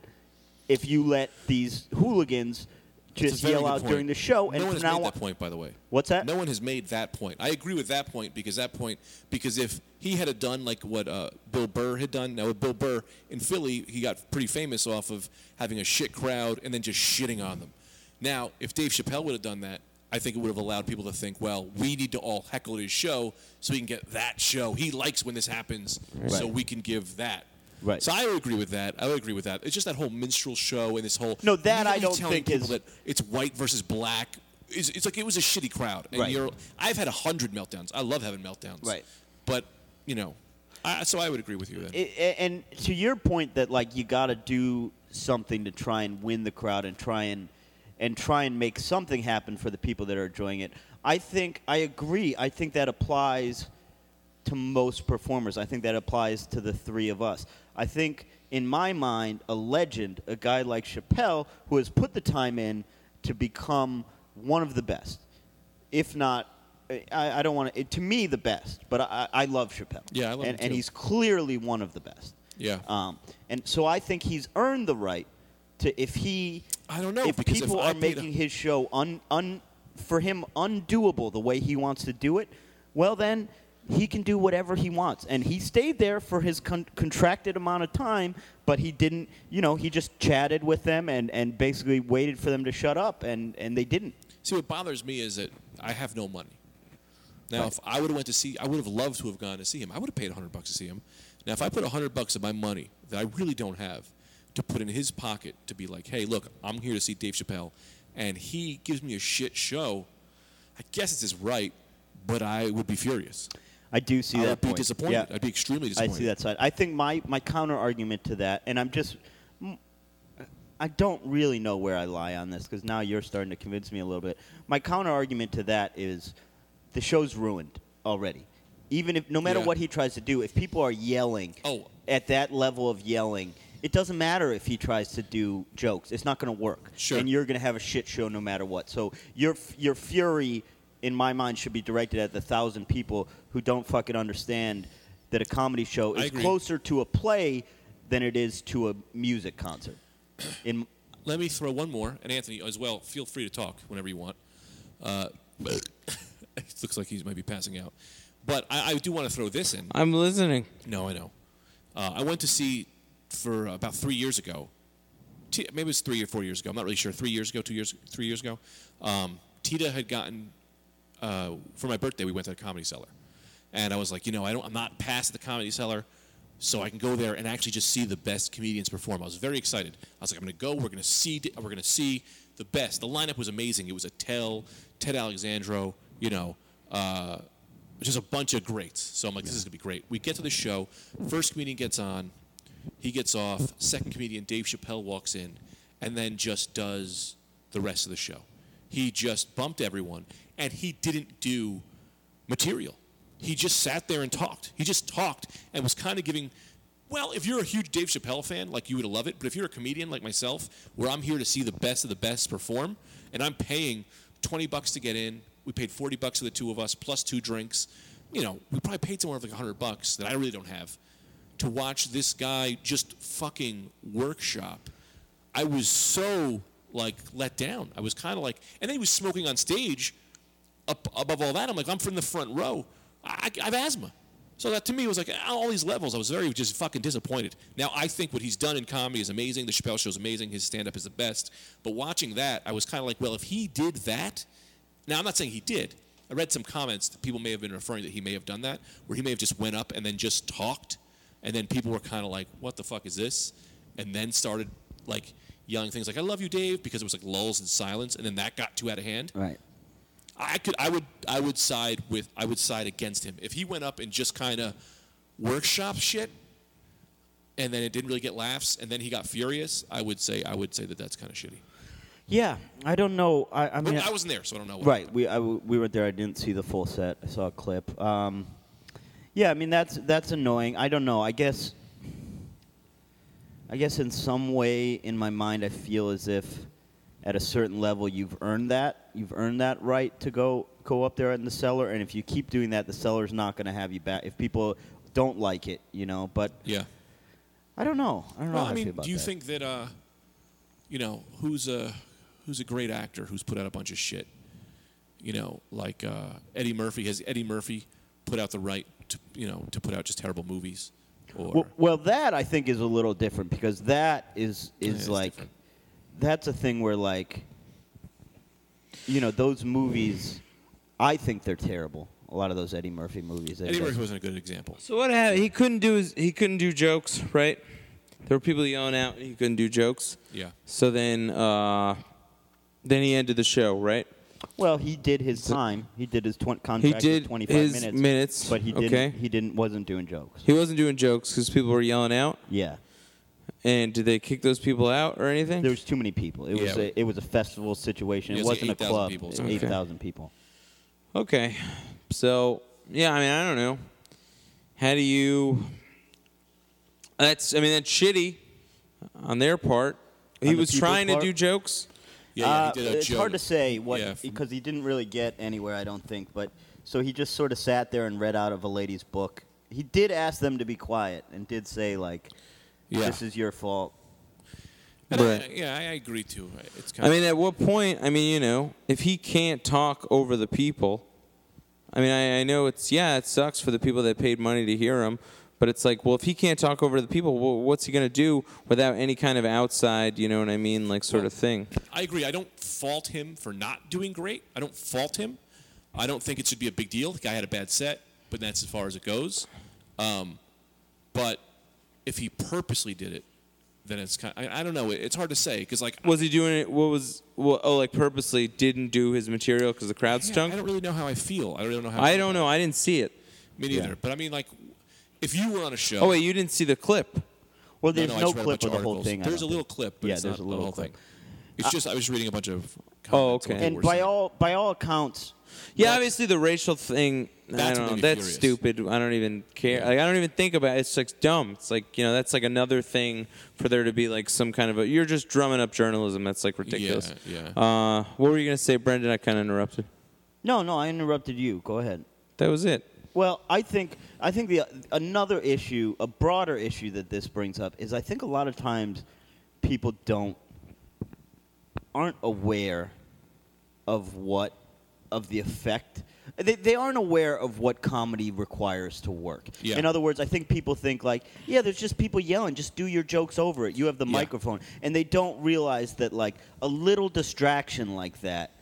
S2: if you let these hooligans
S3: It's a
S2: just
S3: very
S2: yell
S3: good
S2: out
S3: point.
S2: during the show. and
S3: no
S2: from
S3: one has
S2: now
S3: made that
S2: on-
S3: point, by the way.
S2: What's that?
S3: No one has made that point. I agree with that point because that point because if he had a done like what uh, Bill Burr had done. Now with Bill Burr in Philly, he got pretty famous off of having a shit crowd and then just shitting on them. Now, if Dave Chappelle would have done that, I think it would have allowed people to think, well, we need to all heckle his show so we can get that show. He likes when this happens, so we can give that.
S2: Right.
S3: So I would agree with that. I would agree with that. It's just that whole minstrel show and this whole
S2: No, that I
S3: really
S2: don't
S3: telling
S2: think is-
S3: people that it's white versus black. It's, it's like it was a shitty crowd. And
S2: Right.
S3: you're, I've had a hundred meltdowns. I love having meltdowns.
S2: Right.
S3: But you know, I, so I would agree with you. Then.
S2: I- a- and to your point that like you got to do something to try and win the crowd and try and and try and make something happen for the people that are enjoying it. I think I agree. I think that applies to most performers. I think that applies to the three of us. I think in my mind, a legend, a guy like Chappelle, who has put the time in to become one of the best, if not, I, I don't want to. To me, the best. But I, I love Chappelle.
S3: Yeah, I love
S2: and,
S3: him
S2: and
S3: too.
S2: he's clearly one of the best.
S3: Yeah.
S2: Um, and so I think he's earned the right to if he.
S3: I don't know,
S2: if
S3: because if
S2: people
S3: I
S2: are
S3: paid a-
S2: making his show un, un for him undoable the way he wants to do it. Well, then he can do whatever he wants, and he stayed there for his con- contracted amount of time. But he didn't, you know, he just chatted with them and, and basically waited for them to shut up, and, and they didn't.
S3: See, what bothers me is that I have no money. Now, if I would have went to see, I would have loved to have gone to see him. I would have paid hundred bucks to see him. Now, if I put hundred bucks of my money that I really don't have to put in his pocket to be like, hey, look, I'm here to see Dave Chappelle, and he gives me a shit show, I guess it's his right, but I would be furious.
S2: I do see
S3: I
S2: that.
S3: would be
S2: point.
S3: disappointed.
S2: Yeah.
S3: I'd be extremely
S2: I
S3: disappointed.
S2: see that side. I think my, my counter argument to that, and I'm just, mm, I don't really know where I lie on this because now you're starting to convince me a little bit. My counter argument to that is, the show's ruined already. Even if no matter
S3: Yeah.
S2: what he tries to do, if people are yelling
S3: Oh.
S2: at that level of yelling, it doesn't matter if he tries to do jokes. It's not going to work.
S3: Sure.
S2: And you're going to have a shit show no matter what. So your your fury, in my mind, should be directed at the thousand people who don't fucking understand that a comedy show
S3: I
S2: is
S3: agree.
S2: closer to a play than it is to a music concert. In
S3: Let me throw one more, and Anthony as well. Feel free to talk whenever you want. Uh, it looks like he might be passing out, but I, I do want to throw this in.
S1: I'm listening.
S3: No, I know. Uh, I went to see for about three years ago. T- maybe it was three or four years ago. I'm not really sure. Three years ago, two years, three years ago. Um, Tita had gotten uh, for my birthday. We went to the Comedy Cellar, and I was like, you know, I don't. I'm not past the Comedy Cellar, so I can go there and actually just see the best comedians perform. I was very excited. I was like, I'm going to go. We're going to see. di- We're going to see the best. The lineup was amazing. It was a Tell, Ted Alexandro. You know. Uh, just a bunch of greats. So I'm like, this is gonna be great. We get to the show. First comedian gets on, he gets off. Second comedian, Dave Chappelle, walks in, and then just does the rest of the show. He just bumped everyone, and he didn't do material. He just sat there and talked. He just talked and was kind of giving. Well, if you're a huge Dave Chappelle fan, like you would love it. But if you're a comedian like myself, where I'm here to see the best of the best perform, and I'm paying 20 bucks to get in, we paid 40 bucks for the two of us plus two drinks. You know, we probably paid somewhere of like 100 bucks that I really don't have to watch this guy just fucking workshop. I was so like let down. I was kind of like, and then he was smoking on stage up above all that, I'm like, I'm from the front row. I, I have asthma. So that to me was like on all these levels, I was very just fucking disappointed. Now I think what he's done in comedy is amazing. The Chappelle Show is amazing. His stand-up is the best. But watching that, I was kind of like, well, if he did that, now I'm not saying he did. I read some comments that people may have been referring that he may have done that, where he may have just went up and then just talked, and then people were kind of like, what the fuck is this? And then started like yelling things like, I love you, Dave, because it was like lulls and silence, and then that got too out of hand.
S2: right.
S3: I could I would I would side with I would side against him. If he went up and just kind of workshop shit and then it didn't really get laughs and then he got furious, I would say I would say that that's kind of shitty.
S2: Yeah, I don't know. I, I
S3: But
S2: mean,
S3: I wasn't there, so I don't know. What
S2: Right. We I w we were there. I didn't see the full set. I saw a clip. Um, yeah, I mean that's that's annoying. I don't know. I guess. I guess in some way, in my mind, I feel as if, at a certain level, you've earned that. You've earned that right to go go up there in the cellar. And if you keep doing that, the cellar's not going to have you back. If people don't like it, you know. But
S3: Yeah.
S2: I don't know. I don't know.
S3: Well,
S2: how
S3: I
S2: feel
S3: mean,
S2: about
S3: do you
S2: that.
S3: think that uh, you know who's a who's a great actor who's put out a bunch of shit? You know, like uh, Eddie Murphy has Eddie Murphy put out the right to you know to put out just terrible movies or
S2: Well, well, that I think is a little different because that is
S3: Yeah,
S2: is
S3: it's
S2: like
S3: different.
S2: that's a thing where like you know those movies. I think they're terrible. A lot of those Eddie Murphy movies. that he
S3: Eddie
S2: does.
S3: Murphy wasn't a good example.
S1: So what happened? He couldn't do his, he couldn't do jokes, right? There were people yelling out, and he couldn't do jokes.
S3: Yeah.
S1: So then, uh, then he ended the show, right?
S2: Well, he did his time. He did his twen- contract. of
S1: did
S2: 25
S1: his
S2: minutes,
S1: minutes,
S2: But he didn't.
S1: okay.
S2: He didn't. Wasn't doing jokes.
S1: He wasn't doing jokes because people were yelling out.
S2: Yeah.
S1: And did they kick those people out or anything?
S2: There was too many people. It was
S3: Yeah.
S2: a, it was a festival situation. It
S3: Yeah, it's like
S2: wasn't a
S3: 8,000
S2: club.
S3: people or
S1: something.
S2: Eight thousand people.
S1: okay. So yeah, I mean, I don't know. How do you? That's I mean, that's shitty on their part.
S2: On
S1: He
S2: the
S1: was
S2: people
S1: trying
S2: part?
S1: to do jokes.
S3: Yeah, yeah, he
S2: Uh,
S3: did a
S2: it's
S3: joke.
S2: hard to say what
S3: Yeah, f-
S2: because he didn't really get anywhere, I don't think. But so he just sort of sat there and read out of a lady's book. He did ask them to be quiet and did say like,
S3: Yeah.
S2: "This is your fault."
S3: And I-
S1: Right.
S3: yeah, I I agree too. It's kind
S1: I mean, at what point? I mean, you know, if he can't talk over the people, I mean, I, I know it's yeah, it sucks for the people that paid money to hear him, but it's like, well, if he can't talk over the people, well, what's he gonna do without any kind of outside, you know what I mean, like sort of thing?
S3: I agree. I don't fault him for not doing great. I don't fault him. I don't think it should be a big deal. The guy had a bad set, but that's as far as it goes. Um, but if he purposely did it, then it's kind. I, I don't know. It, it's hard to say because like
S1: Was he doing it? What was? What, oh, like purposely didn't do his material because the crowd
S3: yeah,
S1: stunk.
S3: I don't really know how I feel. I don't know how.
S1: I
S3: feel
S1: don't
S3: about
S1: know. I didn't see it.
S3: it. Me neither. But I mean, like, if you were on a show,
S1: Oh wait, you didn't see the clip.
S2: Well, there's
S3: no,
S2: no,
S3: I just read a
S2: clip
S3: bunch
S2: of the whole
S3: articles.
S2: thing. I
S3: There's a
S2: don't
S3: little
S2: think.
S3: clip, but
S2: Yeah,
S3: it's
S2: there's
S3: not
S2: a little
S3: the whole
S2: clip.
S3: thing. It's just I was reading a bunch of. Comments
S1: Oh, okay.
S3: on what they
S1: And
S2: And
S3: were
S2: by
S3: saying.
S2: all by all accounts,
S1: Yeah, obviously the racial thing.
S3: That's
S1: I don't
S3: what
S1: know.
S3: made me
S1: That's
S3: furious.
S1: stupid. I don't even care. Like I don't even think about it. It's like dumb. It's like you know that's like another thing for there to be like some kind of a. You're just drumming up journalism. That's like ridiculous.
S3: Yeah, yeah.
S1: Uh, what were you gonna say, Brendan? I kind of interrupted.
S2: no, no, I interrupted you. Go ahead.
S1: That was it.
S2: Well, I think I think the another issue, a broader issue that this brings up is I think a lot of times people don't aren't aware of what of the effect they, they aren't aware of what comedy requires to work.
S3: Yeah.
S2: In other words, I think people think like, yeah, there's just people yelling, just do your jokes over it. You have the
S3: Yeah.
S2: microphone. And they don't realize that like a little distraction like that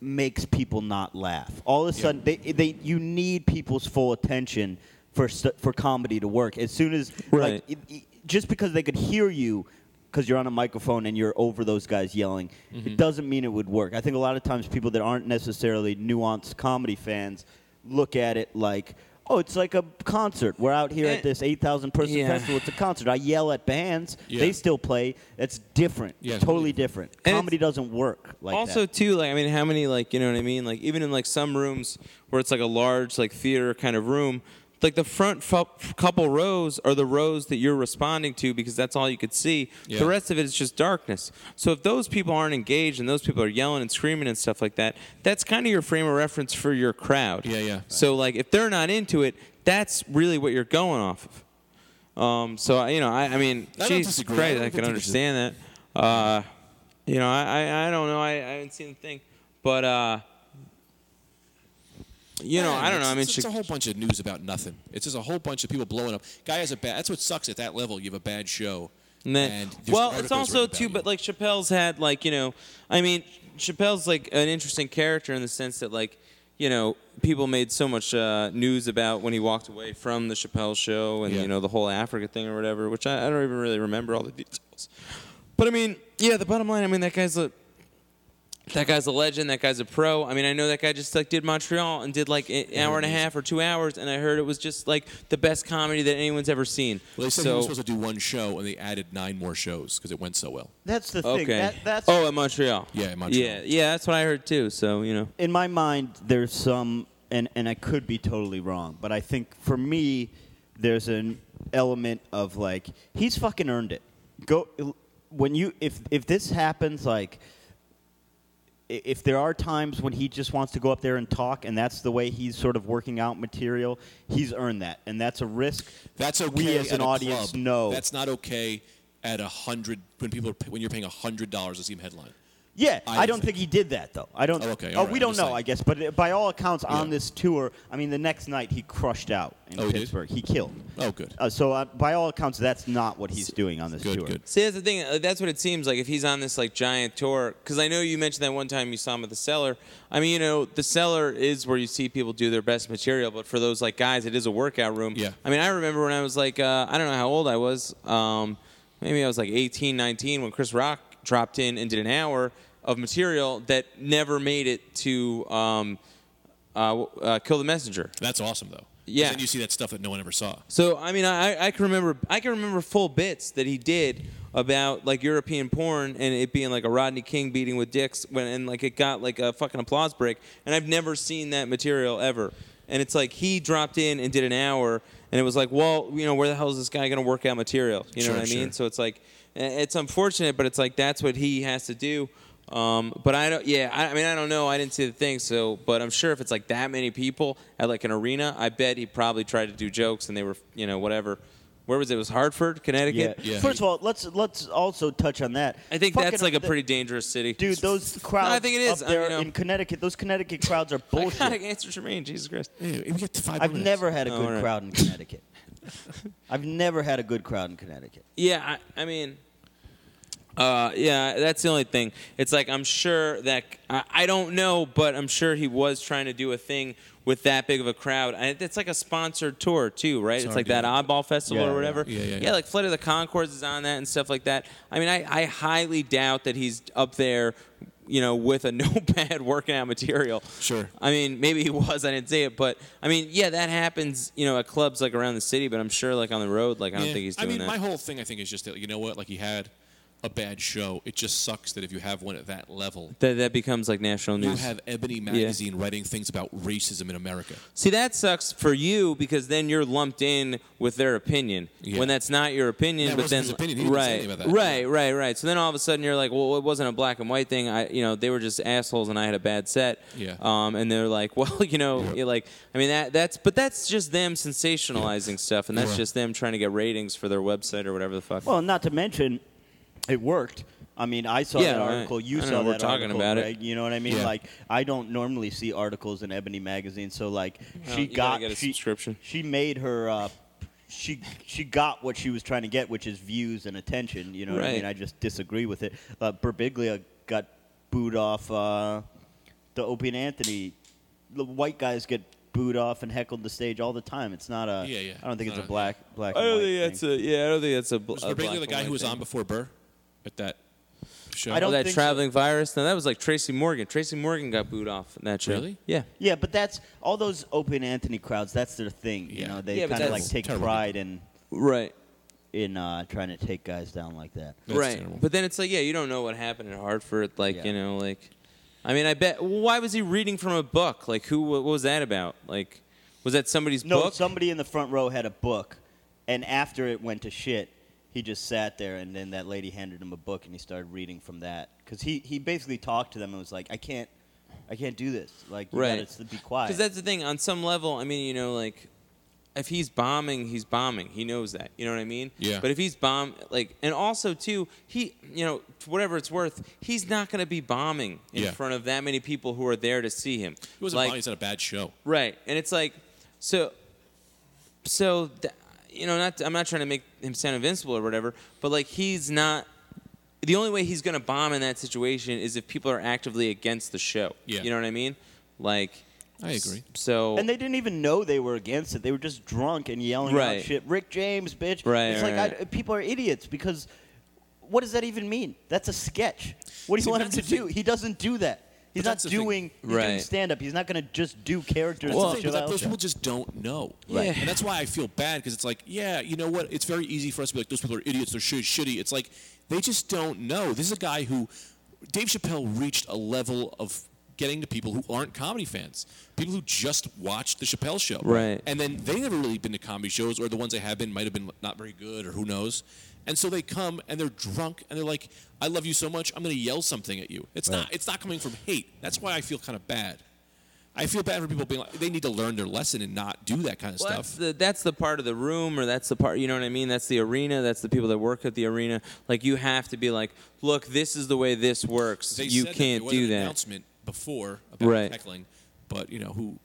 S2: makes people not laugh. All of a
S3: Yeah.
S2: sudden, they, they you need people's full attention for st- for comedy to work. As soon as
S1: Right.
S2: like, it- it- just because they could hear you because you're on a microphone and you're over those guys yelling,
S1: Mm-hmm.
S2: it doesn't mean it would work. I think a lot of times people that aren't necessarily nuanced comedy fans look at it like. Oh, it's like a concert. We're out here at
S1: Eh,
S2: this 8,000 person
S1: yeah.
S2: festival. It's a concert. I yell at bands.
S3: Yeah.
S2: They still play. That's different.
S3: Yeah,
S2: totally
S3: totally.
S2: different.
S1: And it's-
S2: Comedy doesn't work like
S1: also
S2: that.
S1: too like i mean how many like you know what i mean like even in like some rooms where it's like a large like theater kind of room like the front fu- couple rows are the rows that you're responding to because that's all you could see
S3: Yeah.
S1: the rest of it is just darkness so if those people aren't engaged and those people are yelling and screaming and stuff like that that's kind of your frame of reference for your crowd
S3: Yeah, yeah.
S1: so like if they're not into it that's really what you're going off of um, so I- you know, I, I mean,
S3: I don't
S1: Jesus
S3: disagree. I
S1: Christ,
S3: don't
S1: I, can
S3: think
S1: understand that. Uh, you know, I, I, I don't know. I, I haven't seen the thing, but uh, you know,
S3: Yeah,
S1: I don't know.
S3: it's-
S1: I mean,
S3: it's, it's
S1: Chi-
S3: a whole bunch of news about nothing. It's just a whole bunch of people blowing up. Guy has a bad. That's what sucks at that level. You have a bad show.
S1: and then-
S3: there's
S1: well,
S3: articles
S1: it's also
S3: written
S1: too,
S3: about
S1: but like Chappelle's had like you know, I mean, Chappelle's like an interesting character in the sense that like you know, people made so much uh, news about when he walked away from the Chappelle show and
S3: Yeah.
S1: you know the whole Africa thing or whatever, which I, I don't even really remember all the details. But I mean, yeah, the bottom line, I mean, that guy's a that guy's a legend. That guy's a pro. I mean, I know that guy just like did Montreal and did like an hour and a half or two hours, and I heard it was just like the best comedy that anyone's ever seen.
S3: Well, they said he
S1: so,
S3: was supposed to do one show, and they added nine more shows because it went so well.
S2: that's the thing.
S1: okay.
S2: That, that's
S1: oh, in Montreal.
S3: Yeah, in Montreal.
S1: Yeah, yeah, that's what I heard too. So you know,
S2: in my mind, there's some, and, and I could be totally wrong, but I think for me, there's an element of like he's fucking earned it. Go when you if if this happens like i- if there are times when he just wants to go up there and talk and that's the way he's sort of working out material, he's earned that. And that's a risk.
S3: That's okay.
S2: we as
S3: at
S2: an
S3: a
S2: audience
S3: club.
S2: know.
S3: That's not okay at a hundred when people are, when you're paying a hundred dollars to see him headline.
S2: Yeah,
S3: I
S2: I, don't think
S3: think-
S2: he did that though. I don't.
S3: Oh, okay,
S2: oh,
S3: all right,
S2: we
S3: I'm
S2: don't
S3: just
S2: know,
S3: saying.
S2: I guess. But uh, by all accounts, on
S3: Yeah.
S2: this tour, I mean, the next night he crushed out in
S3: Oh, he did?
S2: Pittsburgh. He, killed.
S3: Oh, good.
S2: Uh, so uh, by all accounts, that's not what he's doing on this
S3: Good,
S2: tour.
S3: good.
S1: see that's the thing. uh, That's what it seems like if he's on this like giant tour. Because I know you mentioned that one time you saw him at the cellar. I mean, you know, the cellar is where you see people do their best material. But for those like guys, it is a workout room.
S3: Yeah.
S1: I mean, I remember when I was like, uh, I don't know how old I was. Um, maybe I was like 18, 19 when Chris Rock dropped in and did an hour of material that never made it to um, uh, uh, Kill the Messenger.
S3: That's awesome though. 'Cause
S1: Yeah.
S3: Then you see that stuff that no one ever saw.
S1: So I mean, I, I can remember I can remember full bits that he did about like European porn and it being like a Rodney King beating with dicks when and like it got like a fucking applause break and I've never seen that material ever and it's like he dropped in and did an hour and it was like well you know where the hell is this guy gonna work out material you know
S3: Sure,
S1: what I
S3: sure.
S1: mean so it's like eh, it's unfortunate but it's like that's what he has to do. Um, but I don't. Yeah, I, I mean, I don't know. I didn't see the thing. So, but I'm sure if it's like that many people at like an arena, I bet he probably tried to do jokes and they were, you know, whatever. Where was it? It was Hartford,
S2: Yeah.
S1: Connecticut.
S3: Yeah.
S2: First of all, let's let's also touch on that.
S1: I think
S2: Fucking
S1: that's like a
S2: the-
S1: pretty dangerous city,
S2: dude. Those crowds.
S1: I think it is.
S2: Up
S1: I
S2: there
S1: know.
S2: in Connecticut, those Connecticut crowds are
S1: I gotta
S2: bullshit.
S1: answer Jermaine. Jesus Christ.
S3: Anyway, we get to five
S2: I've
S3: minutes.
S2: never had a
S1: Oh,
S2: good
S1: all right.
S2: crowd in Connecticut. I've never had a good crowd in Connecticut.
S1: Yeah, I, I mean, Uh, yeah, that's the only thing. It's like I'm sure that I, I don't know, but I'm sure he was trying to do a thing with that big of a crowd. And it's like a sponsored tour too, right? it's
S3: hard
S1: like
S3: to do
S1: that oddball festival
S2: Yeah,
S1: or
S2: yeah.
S1: whatever.
S3: Yeah, yeah, yeah.
S1: like Flight of the Concords is on that and stuff like that. I mean, I, I highly doubt that he's up there, you know, with a notepad working out material.
S3: Sure.
S1: I mean, maybe he was. I didn't see it, but I mean, yeah, that happens, you know, at clubs like around the city. But I'm sure, like on the road, like I don't
S3: Yeah.
S1: think he's doing
S3: I mean,
S1: that.
S3: my whole thing, I think, is just that you know what? Like he had a bad show. It just sucks that if you have one at that level,
S1: that that becomes like national
S3: you
S1: news.
S3: have Ebony magazine writing things about racism in America.
S1: See, that sucks for you because then you're lumped in with their opinion
S3: Yeah.
S1: when that's not your opinion.
S3: That
S1: but
S3: wasn't
S1: then,
S3: his opinion. He didn't
S1: right,
S3: say anything about that.
S1: right, right, right. So then all of a sudden you're like, well, it wasn't a black and white thing. I, you know, they were just assholes, and I had a bad set.
S3: Yeah.
S1: Um, and they're like, well, you know, you're like, I mean, that that's, but that's just them sensationalizing stuff, and that's
S3: Yeah.
S1: just them trying to get ratings for their website or whatever the fuck.
S2: Well, not to mention, it worked. I mean, I saw
S1: Yeah,
S2: that
S1: right.
S2: article.
S1: I
S2: You
S1: know,
S2: saw
S1: we're
S2: that
S1: talking
S2: article,
S1: about it.
S2: Greg, You know what I mean?
S3: Yeah.
S2: Like, I don't normally see articles in Ebony magazine. So, like, she
S1: Oh, you gotta
S2: got
S1: get a
S2: she,
S1: subscription.
S2: She made her. Uh, she she got what she was trying to get, which is views and attention. You know what I
S1: Right.
S2: mean? I just disagree with it. Uh, Berbiglia got booed off uh, the Opie and Anthony. The white guys get booed off and heckled the stage all the time. It's not a.
S3: Yeah, yeah.
S2: I don't think
S3: It's
S2: it's a
S3: not a-
S2: black black.
S1: I
S2: and
S1: don't
S2: white
S1: think
S2: thing.
S1: that's a Oh, yeah. I don't think that's a. bl-
S3: Was
S1: a
S3: Berbiglia
S1: black
S3: the
S1: and
S3: guy
S1: white
S3: who was
S1: thing.
S3: on before Burr at that show?
S2: I don't
S1: oh, that
S2: think so.
S1: traveling virus. No, that was like Tracy Morgan. Tracy Morgan got booed off in that show.
S3: Really?
S1: Yeah.
S2: Yeah, but that's all those open Anthony crowds. That's their thing. You
S3: Yeah.
S2: know, they
S1: Yeah, but
S2: kind of
S1: that's
S2: like take
S3: terrible
S2: pride in
S1: Right.
S2: in uh, trying to take guys down like that.
S3: That's
S1: right.
S3: terrible.
S1: But then it's like, yeah, you don't know what happened in Hartford. Like,
S2: Yeah.
S1: you know, like, I mean, I bet. Why was he reading from a book? Like, who? What was that about? Like, was that somebody's
S2: No,
S1: book?
S2: somebody in the front row had a book, and after it went to shit, he just sat there, and then that lady handed him a book, and he started reading from that because he he basically talked to them and was like, I can't, I can't do this. Like, you
S1: Right.
S2: gotta be quiet.
S1: Because that's the thing. On some level, I mean, you know, like, if he's bombing, he's bombing. He knows that. You know what I mean?
S3: Yeah.
S1: But if he's bomb, like, and also too, he, you know, whatever it's worth, he's not going to be bombing in
S3: Yeah.
S1: front of that many people who are there to see him.
S3: It wasn't
S1: like,
S3: like, It's not a bad show.
S1: Right, and it's like, so, so, th- you know, not I'm not trying to make him sound invincible or whatever, but like he's not. The only way he's going to bomb in that situation is if people are actively against the show.
S3: Yeah.
S1: you know what I mean? Like,
S3: I agree.
S1: So
S2: And they didn't even know they were against it. They were just drunk and yelling
S1: Right.
S2: out shit. Rick James, bitch.
S1: Right,
S2: It's
S1: right,
S2: like I,
S1: right.
S2: people are idiots because what does that even mean? That's a sketch. What do you
S3: See,
S2: want him
S3: that's
S2: to
S3: the
S2: do?
S3: thing.
S2: He doesn't do that. He's
S3: But
S2: not
S3: that's the thing.
S2: doing, he's doing
S1: Right.
S2: stand up. He's not going to just do characters.
S3: That's the
S2: and
S3: thing,
S2: shit
S3: but that-
S2: out
S3: those
S2: there.
S3: people just don't know.
S1: Right.
S3: And that's why I feel bad because it's like, yeah, you know what? It's very easy for us to be like, those people are idiots. They're sh- shitty. It's like they just don't know. This is a guy who Dave Chappelle reached a level of getting to people who aren't comedy fans, people who just watched the Chappelle show,
S1: Right.
S3: And then they never really been to comedy shows, or the ones they have been might have been not very good, or who knows. And so they come and they're drunk and they're like, "I love you so much. I'm going to yell something at you." It's not. It's not coming from hate. That's why I feel kind of bad. I feel bad for people being like they need to learn their lesson and not do that kind of
S1: Well, That's
S3: stuff.
S1: the, that's the part of the room, or that's the part, you know what I mean? That's the arena. That's the people that work at the arena. Like, you have to be like, look, this is the way this works.
S3: They
S1: you
S3: said
S1: can't
S3: that there was
S1: do
S3: an
S1: that.
S3: Announcement before about
S1: Right.
S3: heckling, but you know who?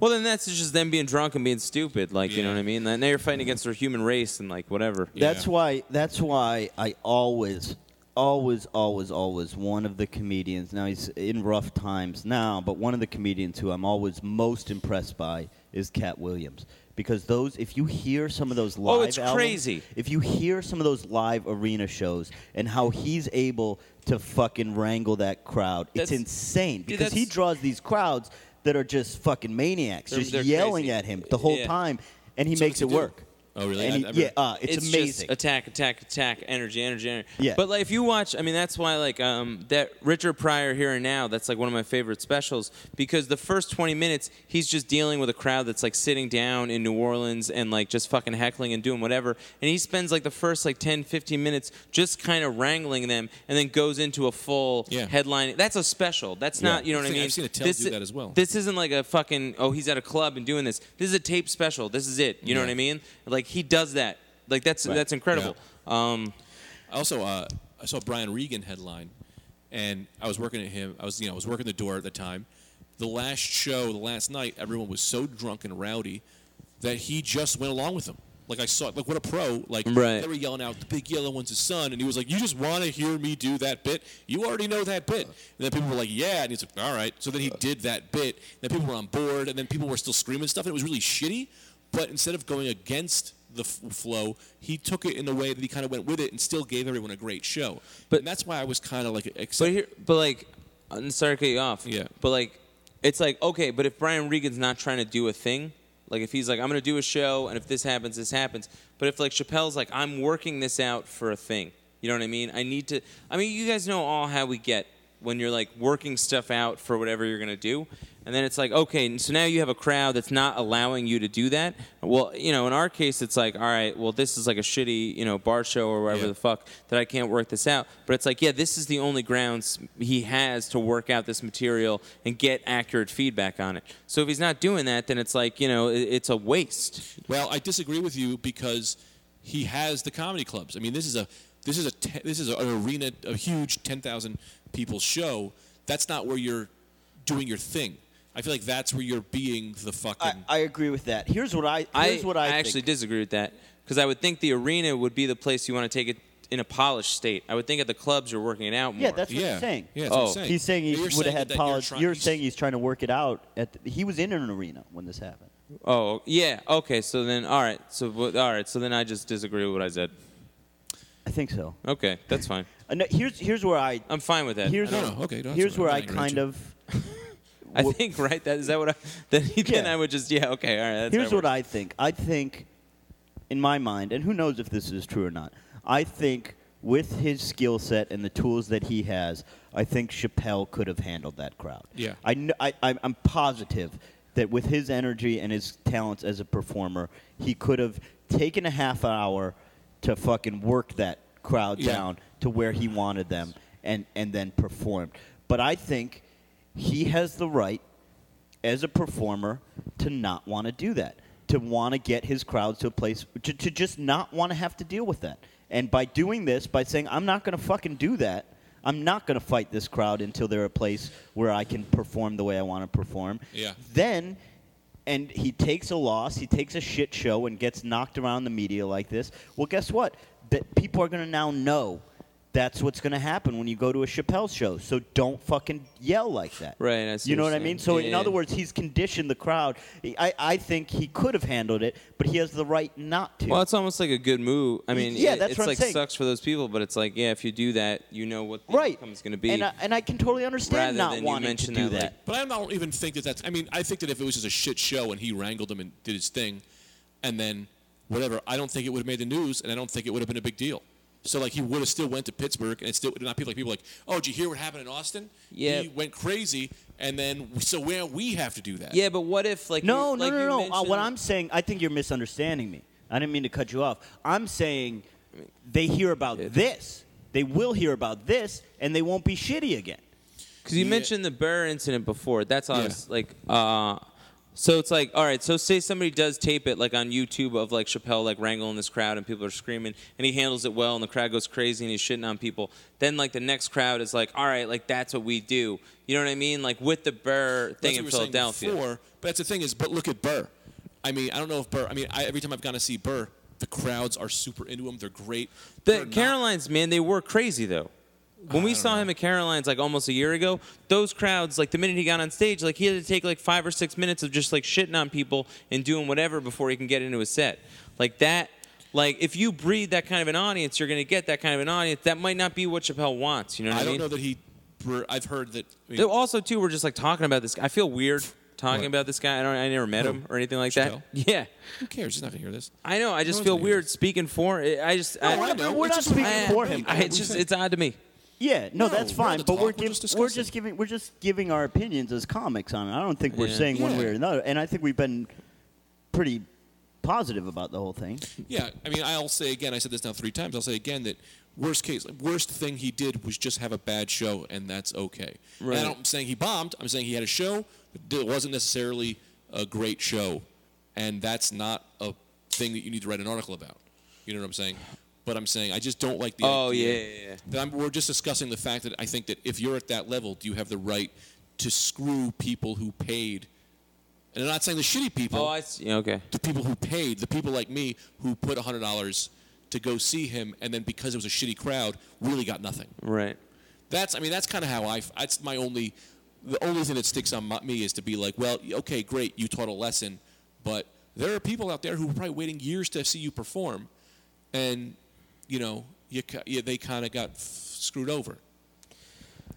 S1: Well, then that's just them being drunk and being stupid. Like, you know
S3: Yeah.
S1: what I mean? Now you're fighting against their human race and, like, whatever.
S2: That's
S3: Yeah.
S2: why. That's why I always, always, always, always one of the comedians. Now he's in rough times now, but one of the comedians who I'm always most impressed by is Cat Williams because those. If you hear some of those live,
S1: Oh, it's
S2: albums-
S1: crazy.
S2: If you hear some of those live arena shows and how he's able to fucking wrangle that crowd, it's
S1: That's-
S2: insane
S1: Dude,
S2: because he
S1: that's-
S2: draws these crowds that are just fucking maniacs,
S1: They're-
S2: just
S1: they're
S2: yelling
S1: crazy.
S2: at him the whole
S1: Yeah.
S2: time, and he
S3: So
S2: makes
S3: what's he
S2: it
S3: do?
S2: work.
S3: Oh, really?
S2: And
S3: I-
S2: he-
S3: I've
S2: yeah,
S3: never-
S2: uh, it's,
S1: just
S2: amazing.
S1: attack, attack, attack, energy, energy, energy.
S2: Yeah.
S1: But like if you watch, I mean, that's why like um, that Richard Pryor here and now. That's like one of my favorite specials because the first twenty minutes he's just dealing with a crowd that's like sitting down in New Orleans and like just fucking heckling and doing whatever, and he spends like the first like 10, 15 minutes just kind of wrangling them, and then goes into a full
S3: Yeah.
S1: headline. That's a special. That's not you know what I
S3: I've
S1: mean.
S3: seen Attell
S1: This
S3: do
S1: i-
S3: that as well.
S1: This isn't like a fucking oh he's at a club and doing this. This is a tape special. This is it. You know
S3: Yeah.
S1: what I mean? Like he does that. Like that's that's incredible. Um,
S3: Also, uh, I saw Brian Regan headline, and I was working at him. I was, you know, I was working the door at the time. The last show, the last night, everyone was so drunk and rowdy that he just went along with them. Like I saw it. Like what a pro. Like
S1: Right.
S3: they were yelling out, "The big yellow one's his son," and he was like, "You just want to hear me do that bit? You already know that bit." And then people were like, "Yeah," and he's like, "All right." So then he did that bit. And then people were on board, and then people were still screaming stuff, and it was really shitty. But instead of going against the f- flow, he took it in the way that he kind of went with it, and still gave everyone a great show.
S1: But-
S3: and that's why I was kind of like,
S1: But
S3: excited.
S1: here, but like, I'm sorry to cut you off.
S3: Yeah.
S1: But like, it's like okay, but if Brian Regan's not trying to do a thing, like if he's like, I'm gonna do a show, and if this happens, this happens. But if like Chappelle's like, I'm working this out for a thing. You know what I mean? I need to. I mean, you guys know all how we get when you're like working stuff out for whatever you're gonna do, and then it's like, okay, so now you have a crowd that's not allowing you to do that. Well, you know, in our case, it's like, all right, well, this is like a shitty, you know, bar show or whatever
S3: Yeah.
S1: the fuck fuck that I can't work this out. But it's like, yeah, this is the only grounds he has to work out this material and get accurate feedback on it. So if he's not doing that, then it's like, you know, it- it's a waste.
S3: Well, I disagree with you because he has the comedy clubs. I mean, this is a this is a te- this is an arena, a huge ten thousand people show. That's not where you're doing your thing. I feel like that's where you're being the
S2: I,
S3: fucking.
S2: I agree with that. Here's what I.
S1: I,
S2: Here's what I,
S1: actually
S2: think.
S1: disagree with that because I would think the arena would be the place you want to take it in a polished state. I would think at the clubs you're working it out more.
S2: Yeah, that's what
S3: yeah,
S2: he's saying.
S3: yeah, that's what I'm
S1: Oh.
S3: saying.
S2: He's saying he
S3: You're
S2: would
S3: saying
S2: have had
S3: that you're
S2: college. You're,
S3: trying- he's-
S2: saying he's trying to work it out. At the, he was in an arena when this happened.
S1: oh yeah okay. So then all right. So what- all right. So then I just disagree with what I said.
S2: I think so.
S1: Okay, that's fine.
S2: Uh, no, here's here's where I.
S1: I'm fine with that.
S2: Here's
S1: I,
S3: No,
S1: don't-
S3: no, okay, no, that's
S2: here's
S3: all
S2: where
S3: right.
S2: I
S3: I'm not angry at
S2: kind
S3: you.
S2: of.
S1: I think right. That is that what I then, then
S2: Yeah.
S1: I would just yeah okay all right. That's
S2: Here's what I think. I think, in my mind, and who knows if this is true or not, I think with his skill set and the tools that he has, I think Chappelle could have handled that crowd.
S3: Yeah.
S2: I kn- I, I, I'm positive that with his energy and his talents as a performer, he could have taken a half hour to fucking work that crowd
S3: Yeah.
S2: down to where he wanted them and, and then performed. But I think he has the right as a performer to not want to do that, to want to get his crowds to a place, to, to just not want to have to deal with that. And by doing this, by saying, I'm not going to fucking do that, I'm not going to fight this crowd until they're a place where I can perform the way I want to perform.
S3: Yeah.
S2: Then, and he takes a loss, he takes a shit show and gets knocked around the media like this. Well, guess what? That people are going to now know. That's what's going to happen when you go to a Chappelle show. So don't fucking yell like that.
S1: Right, I see
S2: you know
S1: what
S2: what I
S1: you're
S2: mean?
S1: saying.
S2: So
S1: Yeah,
S2: in
S1: yeah,
S2: other
S1: yeah.
S2: words, he's conditioned the crowd. I, I think he could have handled it, but he has the right not to.
S1: Well, it's almost like a good move. I mean,
S2: Yeah,
S1: it-
S2: that's
S1: it's
S2: what I'm
S1: like
S2: saying.
S1: sucks for those people, but it's like, yeah, if you do that, you know what the
S2: right.
S1: outcome is going to be.
S2: And I, and I can totally
S1: rather
S2: understand not
S1: than you
S2: wanting to
S1: mention
S2: do
S1: that,
S2: that.
S1: like,
S3: But I don't even think that that's. I mean, I think that if it was just a shit show and he wrangled him and did his thing, and then whatever, I don't think it would have made the news, and I don't think it would have been a big deal. So like he would have still went to Pittsburgh, and it still not people like people like, oh, did you hear what happened in Austin?
S1: Yeah.
S3: he went crazy, and then so where we have to do that?
S1: yeah, but what if like
S2: no,
S1: you,
S2: no,
S1: like
S2: no,
S1: you
S2: no, Uh, what
S1: mentioned-
S2: I'm saying, I think you're misunderstanding me. I didn't mean to cut you off. I'm saying they hear about this. They will hear about this, and they won't be shitty again.
S1: Because you
S3: Yeah.
S1: mentioned the Burr incident before. That's all I
S3: Yeah.
S1: was like. Uh, so it's like, all right. So say somebody does tape it like on YouTube of like Chappelle like wrangling this crowd and people are screaming and he handles it well and the crowd goes crazy and he's shitting on people. Then like the next crowd is like, all right, like that's what we do. You know what I mean? Like with the Burr
S3: That's
S1: thing in
S3: what we were saying
S1: Philadelphia.
S3: Before, but that's the thing is, but look at Burr. I mean, I don't know if Burr. I mean, I, every time I've gone to see Burr, the crowds are super into him. They're great. They're
S1: The
S3: not-
S1: Carolines, man, they were crazy though. When we saw him at Carolines like almost a year ago, those crowds, like the minute he got on stage, like he had to take like five or six minutes of just like shitting on people and doing whatever before he can get into his set. Like that, like if you breed that kind of an audience, you're gonna get that kind of an audience. That might not be what Chappelle wants. You know what I,
S3: I don't
S1: mean?
S3: know that he. Burr, I've heard that. I mean,
S1: Though Also, too, we're just like talking about this. guy. I feel weird talking
S3: What?
S1: about this guy. I don't. I never met
S3: Who?
S1: him or anything like
S3: Chappelle?
S1: that. Yeah,
S3: who cares? He's not gonna hear this.
S1: I know. I just
S3: one's
S1: feel
S3: gonna hear
S1: weird speaking for. I just.
S3: No, I know.
S2: We're
S3: It's
S2: not
S3: just-
S2: speaking
S1: I-
S2: for him.
S1: I, it's just. It's odd to me.
S2: Yeah, no,
S3: No,
S2: that's
S3: we're on
S2: fine.
S3: the
S2: But
S3: talk,
S2: we're
S3: we're
S2: giv-
S3: just
S2: we're
S3: discussing.
S2: just giving we're just giving our opinions as comics on it. I don't think we're
S1: Yeah.
S2: saying one way
S3: Yeah.
S2: or another, and I think we've been pretty positive about the whole thing.
S3: Yeah, I mean, I'll say again. I said this now three times. I'll say again that worst case, worst thing he did was just have a bad show, and that's okay.
S1: Right.
S3: And I am saying he bombed. I'm saying he had a show. But it wasn't necessarily a great show, and that's not a thing that you need to write an article about. You know what I'm saying? But I'm saying I just don't like the.
S1: Oh,
S3: idea
S1: yeah, yeah, yeah.
S3: That I'm, we're just discussing the fact that I think that if you're at that level, do you have the right to screw people who paid And I'm not saying the shitty people.
S1: Oh, I see. Okay.
S3: the people who paid, the people like me who put $100 to go see him, and then because it was a shitty crowd, really got nothing.
S1: Right.
S3: That's, I mean, that's kind of how I, f- that's my only, the only thing that sticks on my, me is to be like, well, okay, great, you taught a lesson, but there are people out there who are probably waiting years to see you perform, and, you know, you, ki- yeah, they kind of got f- screwed over.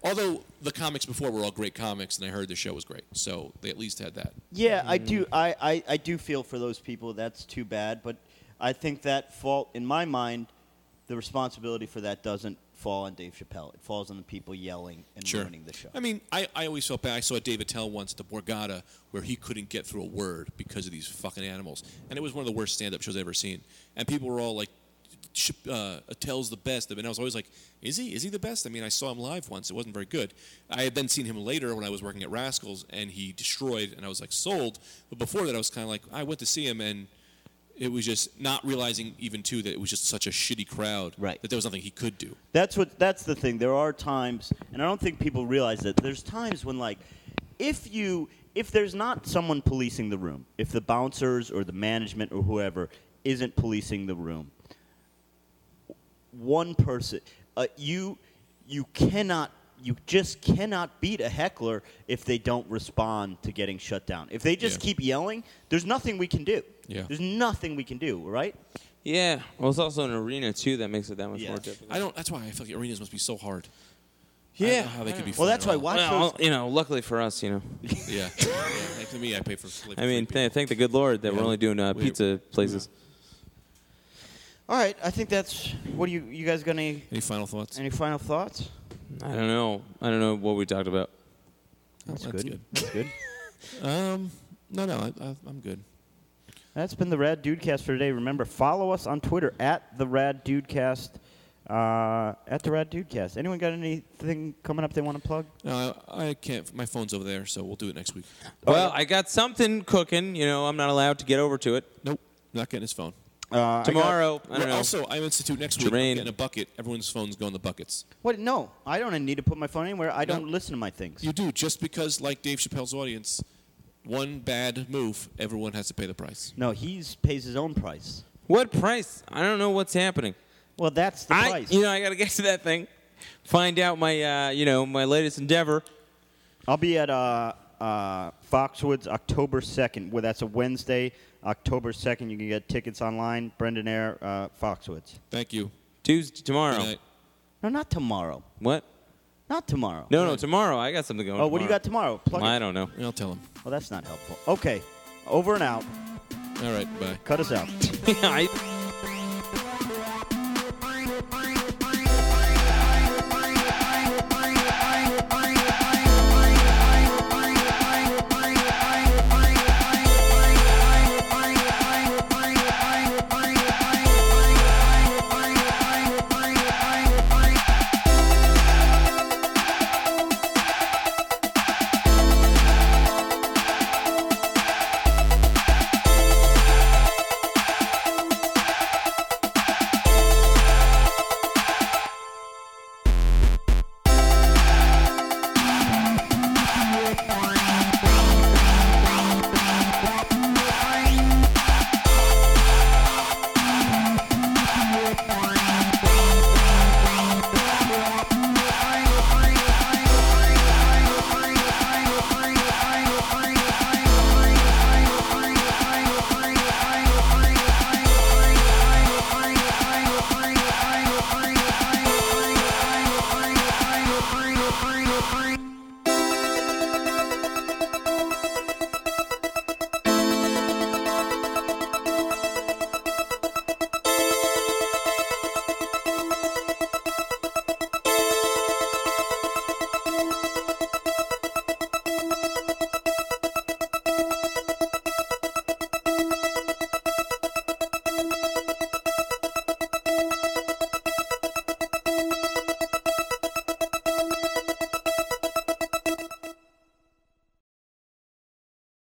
S3: Although the comics before were all great comics, and I heard the show was great, so they at least had that.
S2: Yeah, I do. I, I, I do feel for those people. That's too bad. But I think that fault, in my mind, the responsibility for that doesn't fall on Dave Chappelle. It falls on the people yelling and ruining the show.
S3: I mean, I, I always felt bad. I saw David Tell once at the Borgata where he couldn't get through a word because of these fucking animals. And it was one of the worst stand up shows I've ever seen. And people were all like, "Sh- uh, Tell's the best. And I was always like, is he? Is he the best? I mean, I saw him live once. It wasn't very good. I had then seen him later when I was working at Rascals and he destroyed and I was like, sold. But before that, I was kind of like, I went to see him and it was just not realizing even too that it was just such a shitty crowd
S2: Right.
S3: that there was nothing he could do.
S2: That's what. That's the thing. There are times, and I don't think people realize that. There's times when, like, if you, if there's not someone policing the room, if the bouncers or the management or whoever isn't policing the room, one person, uh, you, you cannot. You just cannot beat a heckler if they don't respond to getting shut down. If they just
S3: Yeah.
S2: keep yelling, there's nothing we can do.
S3: Yeah.
S2: There's nothing we can do, right?
S1: Yeah. Well, it's also an arena too that makes it that much
S2: Yeah.
S1: more difficult.
S3: I don't. That's why I feel like arenas must be so hard. I
S1: Yeah.
S3: don't know how they could be.
S2: Well,
S3: fun
S2: that's
S3: at
S2: why
S3: all.
S2: watch
S1: Well,
S2: those.
S1: you know, luckily for us, you know.
S3: Yeah. yeah. Like to me, I pay for.
S1: I mean, th- thank the good Lord that
S3: Yeah.
S1: we're only doing uh,
S3: We-
S1: pizza places.
S2: All right, I think that's. What do you you guys got any
S3: any final thoughts?
S2: Any final thoughts?
S1: I don't know. I don't know what we talked about.
S3: That's,
S2: Oh, That's good.
S3: Um, no, no, I, I, I'm good.
S2: That's been the Rad Dudecast for today. Remember, follow us on Twitter at the Rad Dudecast. Uh, at the Rad Dudecast. Anyone got anything coming up they want to plug?
S3: No, I, I can't. My phone's over there, so we'll do it next week.
S1: Well, I got something cooking. You know, I'm not allowed to get over to it
S3: Nope, not getting his phone.
S2: Uh,
S1: tomorrow. I, don't
S3: We're
S1: know.
S3: Also, I'm institute next week. I'm
S1: Jermaine.
S3: getting a bucket. Everyone's phones go in the buckets.
S2: what? No, I don't need to put my phone anywhere. I don't
S3: No.
S2: listen to my things.
S3: You do just because, like Dave Chappelle's audience, one bad move, everyone has to pay the price.
S2: no, he pays his own price.
S1: what price? I don't know what's happening.
S2: Well, that's the
S1: I,
S2: price.
S1: you know, I got to get to that thing. Find out my, uh, you know, my latest endeavor.
S2: I'll be at uh, uh, Foxwoods October 2nd. Well, that's a Wednesday, October 2nd. You can get tickets online. Brendan Air, uh, Foxwoods.
S3: Thank you.
S1: Tuesday tomorrow.
S3: Good night.
S2: No, not tomorrow.
S1: What?
S2: Not tomorrow.
S1: No, no, tomorrow. I got something going.
S2: Oh, what do you got tomorrow? Plug
S1: I
S2: it. Oh,
S1: don't know.
S3: I'll tell him.
S2: Well, that's not helpful. Okay. Over and out.
S3: All right, bye.
S2: Cut us out.
S1: I-